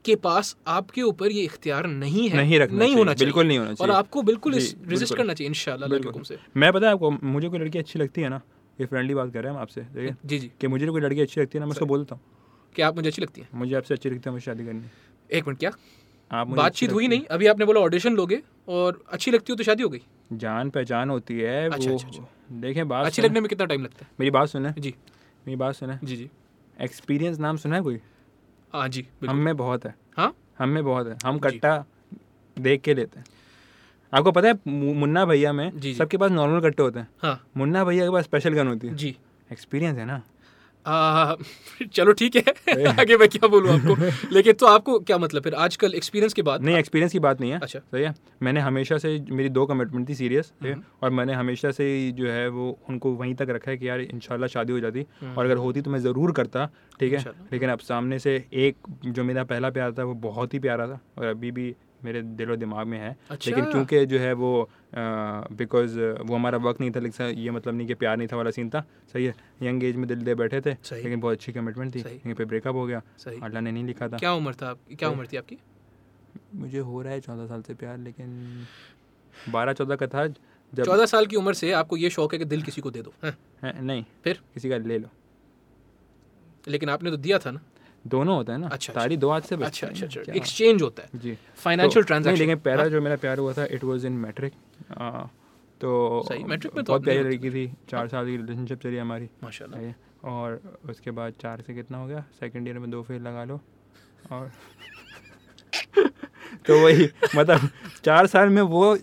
Speaker 1: के पास आपके ऊपर ये इख्तियार नहीं है
Speaker 3: नहीं रखना
Speaker 1: नहीं होना
Speaker 3: चाहिए, बिल्कुल नहीं होना
Speaker 1: और
Speaker 3: चाहिए।
Speaker 1: आपको बिल्कुल
Speaker 3: जी,
Speaker 1: रिजिस्ट
Speaker 3: बिल्कुल।
Speaker 1: करना चाहिए इंशाल्लाह अल्लाह के हुक्म से
Speaker 3: मैं पता है आपको मुझे कोई लड़की अच्छी लगती है ना ये फ्रेंडली बात कर रहे हैं हम आपसे ठीक है
Speaker 1: जी जी
Speaker 3: कि मुझे कोई लड़की अच्छी लगती है ना मैं उसको बोलता हूँ
Speaker 1: क्या आप मुझे अच्छी लगती हैं
Speaker 3: मुझे आपसे अच्छी लगती है मुझे शादी करनी है।
Speaker 1: एक मिनट क्या
Speaker 3: आप मुझे अच्छी
Speaker 1: बातचीत हुई नहीं अभी आपने बोला ऑडिशन लोगे और अच्छी लगती हो तो शादी हो गई
Speaker 3: जान पहचान होती है
Speaker 1: अच्छा,
Speaker 3: वो
Speaker 1: अच्छा,
Speaker 3: देखें बात
Speaker 1: अच्छी
Speaker 3: सुने-
Speaker 1: लगने में कितना टाइम लगता है
Speaker 3: मेरी बात सुने
Speaker 1: जी
Speaker 3: मेरी बात सुने
Speaker 1: जी जी
Speaker 3: एक्सपीरियंस नाम सुना है कोई
Speaker 1: हाँ जी बिल्कुल
Speaker 3: हम में बहुत है
Speaker 1: हाँ
Speaker 3: हम में बहुत है हम कट्टा देख के लेते हैं आपको पता है मु- मुन्ना भैया में
Speaker 1: जी, जी।
Speaker 3: सबके पास नॉर्मल कट्टे होते हैं
Speaker 1: हाँ
Speaker 3: मुन्ना भैया के पास स्पेशल गन होती है
Speaker 1: जी
Speaker 3: एक्सपीरियंस है ना
Speaker 1: आ, चलो ठीक
Speaker 3: <laughs>
Speaker 1: है आगे मैं क्या बोलूँ आपको लेकिन तो आपको क्या मतलब फिर आजकल एक्सपीरियंस के बाद
Speaker 3: नहीं एक्सपीरियंस की बात नहीं है
Speaker 1: अच्छा।
Speaker 3: सही है मैंने हमेशा से मेरी दो कमिटमेंट थी सीरियस
Speaker 1: हम्म।
Speaker 3: और मैंने हमेशा से ही जो है वो उनको वहीं तक रखा है कि यार इंशाल्लाह शादी हो जाती और अगर होती तो मैं ज़रूर करता ठीक है
Speaker 1: हम्म। इंशाल्लाह।
Speaker 3: लेकिन अब सामने से एक जो मेरा पहला प्यार था वो बहुत ही प्यारा था और अभी भी मेरे दिलो दिमाग में है
Speaker 1: अच्छा।
Speaker 3: लेकिन क्योंकि जो है वो बिकॉज वो हमारा वक्त नहीं था लेकिन ये मतलब नहीं कि प्यार नहीं था वाला सीन था सही है यंग एज में दिल दे बैठे थे
Speaker 1: सही।
Speaker 3: लेकिन बहुत अच्छी कमिटमेंट थी
Speaker 1: सही।
Speaker 3: लेकिन फिर ब्रेकअप हो गया
Speaker 1: सही।
Speaker 3: अल्लाह ने नहीं लिखा था
Speaker 1: क्या उम्र था आपकी क्या उम्र थी आपकी
Speaker 3: मुझे हो रहा है चौदह साल से प्यार लेकिन बारह चौदह का था जब
Speaker 1: चौदह साल की उम्र से आपको ये शौक है कि दिल किसी को दे दो हैं,
Speaker 3: हैं, नहीं
Speaker 1: फिर
Speaker 3: किसी का ले लो
Speaker 1: लेकिन आपने तो दिया था ना
Speaker 3: दोनों होता है ना
Speaker 1: अच्छा,
Speaker 3: तारी दो हाथ से बचती
Speaker 1: अच्छा
Speaker 3: है
Speaker 1: अच्छा
Speaker 3: ना,
Speaker 1: अच्छा
Speaker 3: क्या-
Speaker 1: एक्सचेंज होता है हाँ।
Speaker 3: जी
Speaker 1: फाइनेंशियल
Speaker 3: तो- नहीं, लेकिन
Speaker 1: ट्रांजैक्शन
Speaker 3: पहला जो मेरा प्यार हुआ था इट वाज इन मैट्रिक तो
Speaker 1: सही, मैट्रिक में तो
Speaker 3: बहुत
Speaker 1: नहीं
Speaker 3: प्यारी
Speaker 1: होता।
Speaker 3: लड़की थी चार साल की रिलेशनशिप चली हमारी
Speaker 1: माशाल्लाह
Speaker 3: सही है, और उसके बाद चार से कितना हो गया सेकंड ईयर में दो फेल लगा लो और <laughs> तो वही मतलब चार साल में वो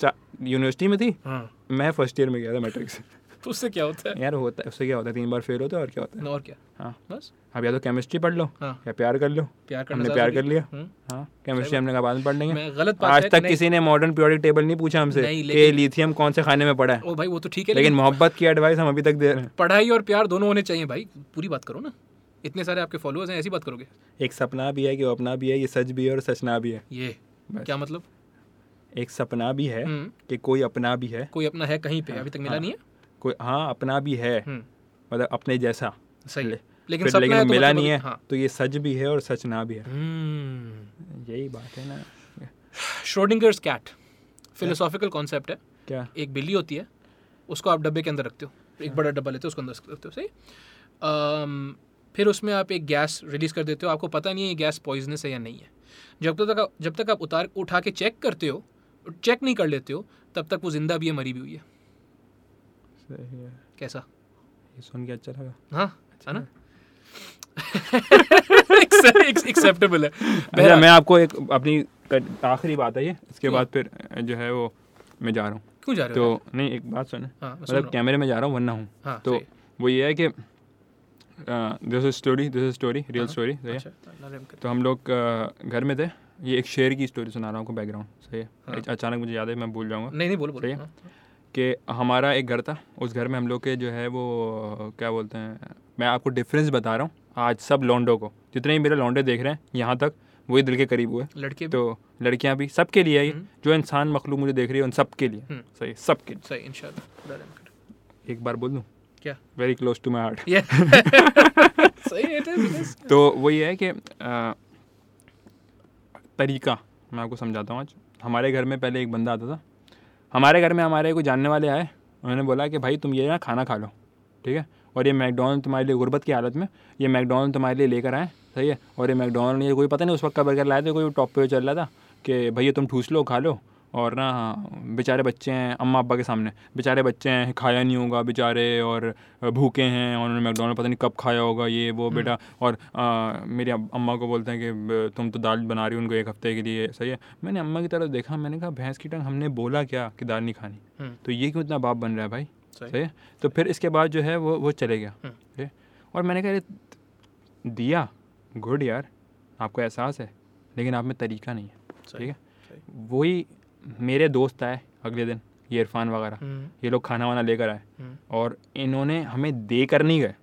Speaker 3: चा- यूनिवर्सिटी में थी
Speaker 1: हाँ
Speaker 3: मैं फर्स्ट ईयर में गया था
Speaker 1: <laughs>
Speaker 3: मैट्रिक से
Speaker 1: तो उससे क्या होता है
Speaker 3: यार होता है उससे क्या होता है तीन बार फेल होता है और क्या होता है
Speaker 1: ना और क्या
Speaker 3: हाँ
Speaker 1: बस
Speaker 3: अब या तो केमिस्ट्री पढ़ लो
Speaker 1: हाँ।
Speaker 3: या प्यार कर लो
Speaker 1: प्यार करना
Speaker 3: हमने
Speaker 1: ज्यादा
Speaker 3: प्यार कर
Speaker 1: जरूरी-
Speaker 3: लिया
Speaker 1: हम्म।
Speaker 3: हाँ केमिस्ट्री हमने कहा बाद में पढ़ लेंगे
Speaker 1: मैं गलत बात
Speaker 3: आज
Speaker 1: है
Speaker 3: तक
Speaker 1: नहीं-
Speaker 3: किसी ने मॉडर्न पीरियोडिक टेबल नहीं पूछा हमसे
Speaker 1: नहीं,
Speaker 3: कि
Speaker 1: लेकिन-
Speaker 3: लिथियम कौन से खाने में पड़ा है
Speaker 1: ओ भाई वो तो ठीक है
Speaker 3: लेकिन
Speaker 1: लेकिन
Speaker 3: मोहब्बत की एडवाइस हम अभी तक दे रहे हैं
Speaker 1: पढ़ाई और प्यार दोनों होने चाहिए भाई पूरी बात करो ना इतने सारे आपके फॉलोअर्स हैं ऐसी बात करोगे
Speaker 3: एक सपना भी है कि वो अपना भी है ये सच भी है और सचना भी है
Speaker 1: ये
Speaker 3: बस।
Speaker 1: क्या मतलब
Speaker 3: एक सपना भी है
Speaker 1: हम्म।
Speaker 3: कि कोई अपना भी है
Speaker 1: कोई अपना है कहीं पे अभी तक मिला
Speaker 3: हाँ।
Speaker 1: नहीं है
Speaker 3: कोई हाँ अपना भी है
Speaker 1: हम्म,
Speaker 3: मतलब अपने जैसा
Speaker 1: सही
Speaker 3: ले-
Speaker 1: लेकिन
Speaker 3: फिर
Speaker 1: सपना है
Speaker 3: लेकिन
Speaker 1: तो
Speaker 3: मिला
Speaker 1: मतलब
Speaker 3: नहीं
Speaker 1: अभी-
Speaker 3: है
Speaker 1: हाँ।
Speaker 3: तो ये सच भी है और सचना भी है
Speaker 1: हम्म
Speaker 3: यही बात है ना
Speaker 1: श्रोडिंगर्स कैट फिलोसॉफिकल कॉन्सेप्ट है
Speaker 3: क्या
Speaker 1: एक बिल्ली होती है उसको आप डब्बे के अंदर रखते हो एक बड़ा डब्बा लेते हो उसको अंदर रखते हो सही अम, फिर उसमें आप एक गैस रिलीज़ कर देते हो आपको पता नहीं है ये गैस पॉइजनस है या नहीं है जब तक आप जब तक आप उतार उठा के चेक करते हो चेक नहीं कर लेते हो तब तक वो ज़िंदा भी है मरी भी हुई है
Speaker 3: सही है
Speaker 1: कैसा
Speaker 3: ये सुन के अच्छा लगा
Speaker 1: हाँ है ना <laughs> एक्सेप्टेबल है
Speaker 3: अच्छा
Speaker 1: बहरहाल,
Speaker 3: मैं आपको एक अपनी कट- आखिरी बात है ये इसके बाद फिर अ, जो है वो मैं जा रहा हूँ
Speaker 1: क्यों जा रहे हो
Speaker 3: तो नहीं एक बात सुन
Speaker 1: हाँ, मैं सुन रहा
Speaker 3: मतलब
Speaker 1: हूँ।
Speaker 3: कैमरे में जा रहा हूँ वरना हूँ
Speaker 1: हाँ,
Speaker 3: तो
Speaker 1: सही
Speaker 3: वो ये है कि this is story this is story real story सही है
Speaker 1: अच्छा, अल्लाह रहम करे।
Speaker 3: तो हम लोग अ, घर में थे ये एक शेर की स्टोरी सुना रहा हूँ बैकग्राउंड सही है अच- अचानक मुझे याद है मैं भूल जाऊँगा
Speaker 1: नहीं नहीं बोलो बोलो
Speaker 3: सही है।
Speaker 1: हाँ।
Speaker 3: कि हमारा एक घर था उस घर में हम लोग के जो है वो क्या बोलते हैं मैं आपको डिफरेंस बता रहा हूँ आज सब लौंडों को जितने भी मेरे लौंडे देख रहे हैं यहाँ तक वही दिल के करीब हुए
Speaker 1: लड़के भी
Speaker 3: तो लड़कियां भी सबके लिए है ये जो इंसान मखलूक मुझे देख रही है उन सबके लिए
Speaker 1: हम्म।
Speaker 3: सही सबके
Speaker 1: सही इंशाल्लाह अल्लाह रहम करे।
Speaker 3: लिए एक बार बोल दूँ
Speaker 1: क्या
Speaker 3: very close to my heart <laughs>
Speaker 1: Yeah. सही है, it is, it is.
Speaker 3: तो वही है कि अ, तरीका मैं आपको समझाता हूँ आज हमारे घर में पहले एक बंदा आता था हमारे घर में हमारे कोई जानने वाले आए उन्होंने बोला कि भाई तुम ये ना खाना खा लो ठीक है और ये मैकडोनल्ड तुम्हारे लिए गुर्बत की हालत में ये मैकडोनल्ड तुम्हारे लिए लेकर आए सही है और ये मैकडोनल्ड ये कोई पता नहीं उस वक्त का बर्गर लाए थे कोई टॉप पे चल रहा था कि भैया तुम ठूस लो खा लो और ना बेचारे बच्चे हैं अम्मा अब्बा के सामने बेचारे बच्चे हैं खाया नहीं होगा बेचारे और भूखे हैं और उन्होंने मैकडोनल्ड पता नहीं कब खाया होगा ये वो बेटा और आ, मेरी अम- अम्मा को बोलते हैं कि "ब- तुम तो दाल बना रही हो उनको एक हफ्ते के लिए सही है मैंने अम्मा की तरफ देखा मैंने कहा भैंस की टंग हमने बोला क्या कि दाल नहीं खानी
Speaker 1: हम्म।
Speaker 3: तो ये क्यों इतना बाप बन रहा है भाई
Speaker 1: सही। हम्म।
Speaker 3: सही है तो फिर इसके बाद जो है वो वो चले गया ठीक है? और मैंने कहा "अरे, दिया गुड यार आपको एहसास है लेकिन आप में तरीका नहीं है
Speaker 1: सही,
Speaker 3: ठीक है वही मेरे दोस्त आए अगले दिन ये इरफान वगैरह
Speaker 1: हम्म,
Speaker 3: ये लोग खाना वाना लेकर आए
Speaker 1: हम्म,
Speaker 3: और इन्होंने हमें दे कर नहीं गए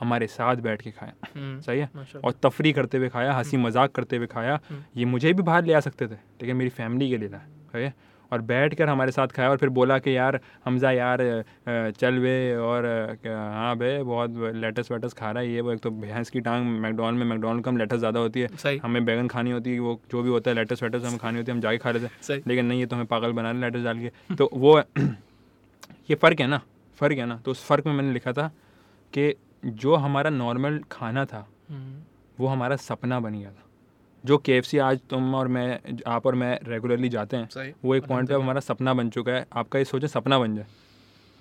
Speaker 3: हमारे साथ बैठ के खाया
Speaker 1: हम्म,
Speaker 3: सही है
Speaker 1: माशाल्लाह। हम्म।
Speaker 3: और तफरी करते हुए खाया हंसी मजाक करते हुए खाया ये मुझे भी बाहर ले आ सकते थे लेकिन मेरी फैमिली के लिए लाए सही है और बैठ कर हमारे साथ खाया और फिर बोला कि यार हमज़ा यार अ, चल बे और अ, क्या- हाँ बे बहुत लेटस वेटस खा रहा है ये वो एक तो भैंस की टांग मैकडोनल्ड में मैकडोनल्ड कम लेटस ज़्यादा होती है
Speaker 1: सही।
Speaker 3: हमें बैगन खानी होती है वो जो भी होता है लेटस वेटस हमें खानी होती है हम जाके खा लेते
Speaker 1: सही।
Speaker 3: हैं लेकिन नहीं ये तो हमें पागल बना रहे लेटस डाल
Speaker 1: <laughs>
Speaker 3: के तो वो <clears throat> ये फ़र्क है ना फ़र्क है ना तो उस फ़र्क में मैंने लिखा था कि जो हमारा नॉर्मल खाना था
Speaker 1: हम्म,
Speaker 3: वो हमारा सपना बन गया था जो के आज तुम और मैं आप और मैं रेगुलरली जाते
Speaker 1: सही।
Speaker 3: हैं वो एक पॉइंट पे अब हमारा सपना बन चुका है आपका ये सोचें सपना बन जाए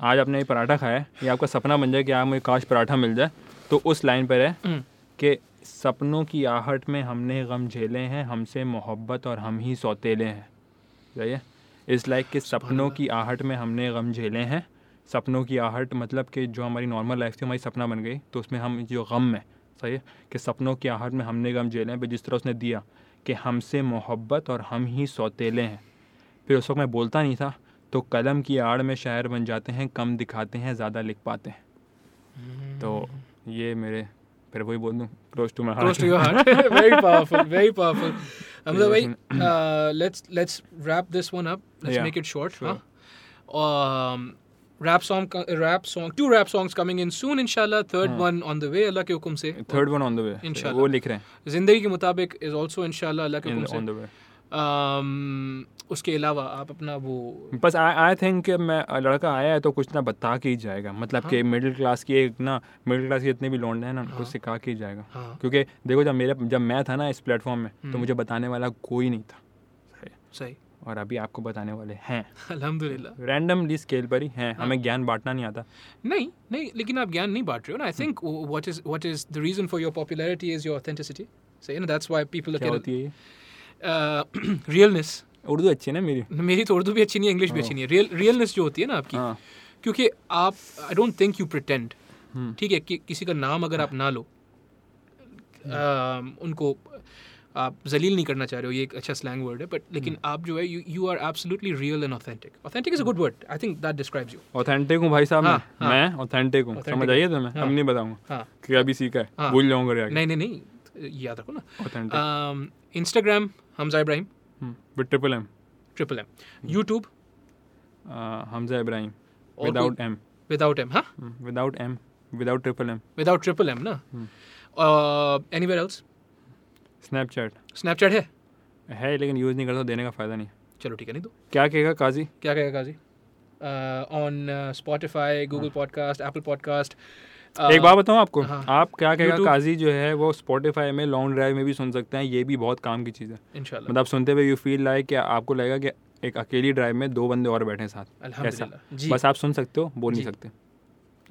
Speaker 3: आज आपने ये पराठा खाया है ये आपका सपना बन जाए कि यार मुझे काश पराठा मिल जाए तो उस लाइन पर है
Speaker 1: हम्म,
Speaker 3: कि सपनों की आहट में हमने गम झेले हैं हमसे मोहब्बत और हम ही सौतेले हैं जाइए इस लाइक के सपनों की आहट में हमने गम झेले हैं सपनों की आहट मतलब कि जो हमारी नॉर्मल लाइफ थी हमारी सपना बन गई तो उसमें हम जो गम है सही है कि सपनों की आहट में हमने गम झेले हैं पर जिस तरह उसने दिया कि हमसे मोहब्बत और हम ही सौतेले हैं फिर उस वक्त मैं बोलता नहीं था तो कलम की आड़ में शायर बन जाते हैं कम दिखाते हैं ज़्यादा लिख पाते हैं
Speaker 1: हम्म।
Speaker 3: तो ये मेरे फिर वही बोल दूँ close to
Speaker 1: close to
Speaker 3: my
Speaker 1: your heart. <laughs> very powerful. Very powerful.
Speaker 3: <laughs>
Speaker 1: Hamza bhai, uh, let's let's wrap this one up. Let's
Speaker 3: Yeah,
Speaker 1: make it short.
Speaker 3: sure.
Speaker 1: Huh? Um, rap song, co- rap song, two rap songs coming in soon. Inshallah, third
Speaker 3: Hmm.
Speaker 1: one on the way. Allah ke hukum se.
Speaker 3: Third one on the way
Speaker 1: इंशाल्लाह।
Speaker 3: वो लिख रहे हैं
Speaker 1: जिंदगी के मुताबिक is also इंशाल्लाह अल्लाह के हुक्म
Speaker 3: ऑन द
Speaker 1: से
Speaker 3: वे
Speaker 1: um, उसके अलावा आप अपना वो
Speaker 3: बस आई आई थिंक मैं लड़का आया है तो कुछ ना बता के ही जाएगा मतलब
Speaker 1: हाँ।
Speaker 3: कि मिडिल क्लास की एक ना मिडिल क्लास के जितने भी लौंडे हैं ना उनको सिखा के ही जाएगा
Speaker 1: हाँ हम्म।
Speaker 3: क्योंकि देखो जब मेरे जब मैं था ना इस प्लेटफॉर्म में तो मुझे बताने वाला कोई नहीं था सही।
Speaker 1: <laughs> सही
Speaker 3: और अभी आपको बताने वाले हैं
Speaker 1: अल्हम्दुलिल्लाह
Speaker 3: रैंडमली स्केल पर ही हैं
Speaker 1: हाँ।
Speaker 3: हमें ज्ञान बांटना नहीं आता
Speaker 1: नहीं नहीं लेकिन आप ज्ञान नहीं बांट रहे हो ना
Speaker 3: Hmm.
Speaker 1: I think what is what is the reason for your popularity is your authenticity सही है ना दैट्स व्हाई पीपल
Speaker 3: क्या होती है ये
Speaker 1: <clears throat> रियलनेस
Speaker 3: उर्दू अच्छी है ना मेरी
Speaker 1: मेरी तो उर्दू भी अच्छी नहीं है इंग्लिश भी अच्छी नहीं है रियल रियलनेस जो होती है ना आपकी
Speaker 3: हाँ।
Speaker 1: क्योंकि आप I don't think you pretend
Speaker 3: हम्म।
Speaker 1: ठीक है कि किसी का नाम अगर आप ना लो अम, उनको आप जलील नहीं करना चाह रहे हो ये एक अच्छा स्लैंग वर्ड है बट लेकिन आप जो है you you are absolutely real and authentic authentic is a good word I think that describes you
Speaker 3: authentic हूँ भाई साहब
Speaker 1: हाँ,
Speaker 3: मैं मैं ऑथेंटिक हूँ
Speaker 1: Authentic
Speaker 3: समझ आइए तो मैं अब नहीं बताऊँगा
Speaker 1: हाँ
Speaker 3: कि अभी सीखा है
Speaker 1: हाँ।
Speaker 3: भूल जाऊँगा रे आगे
Speaker 1: नहीं नहीं नहीं ये याद रखो
Speaker 3: ऑथेंटिक
Speaker 1: ना Instagram Hamza Ibrahim
Speaker 3: with triple M
Speaker 1: triple M YouTube
Speaker 3: Hamza Ibrahim हम्म,
Speaker 1: और
Speaker 3: विदाउट एम
Speaker 1: विदाउट एम हाँ
Speaker 3: without M without triple M
Speaker 1: without triple M ना
Speaker 3: हम्म।
Speaker 1: Anywhere else
Speaker 3: Snapchat
Speaker 1: Snapchat है
Speaker 3: है लेकिन यूज़ नहीं करता देने का फ़ायदा नहीं
Speaker 1: चलो ठीक है नहीं दो
Speaker 3: क्या कहेगा काजी
Speaker 1: क्या कहेगा काजी Uh, on Spotify Google podcast Apple podcast
Speaker 3: हाँ। एक बात बताऊँ आपको
Speaker 1: हाँ।
Speaker 3: आप क्या कहेगा
Speaker 1: YouTube-
Speaker 3: काजी जो है वो स्पॉटिफाई में लॉन्ग ड्राइव में भी सुन सकते हैं ये भी बहुत काम की चीज़ है
Speaker 1: इंशाल्लाह
Speaker 3: मतलब आप सुनते हुए यू फील लाइक कि आपको लगेगा कि एक अकेली ड्राइव में दो बंदे और बैठे हैं साथ ऐसा
Speaker 1: अल्हम्दुलिल्लाह जी
Speaker 3: बस आप सुन सकते हो बोल नहीं
Speaker 1: जी।
Speaker 3: सकते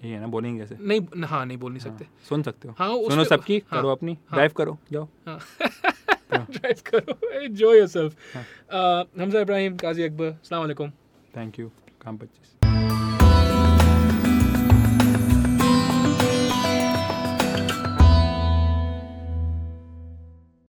Speaker 3: ये है ना बोलेंगे कैसे
Speaker 1: नहीं हाँ नहीं बोल नहीं सकते
Speaker 3: हाँ, सुन सकते हो
Speaker 1: हाँ, उस
Speaker 3: सुनो
Speaker 1: पे-
Speaker 3: सबकी
Speaker 1: हाँ,
Speaker 3: करो अपनी ड्राइव करो जाओ हाँ।
Speaker 1: <laughs> ड्राइव हाँ। करो Uh, enjoy yourself Hamza Ibrahim Qazi Akbar अस्सलाम वालेकुम
Speaker 3: थैंक यू काम पच्चीस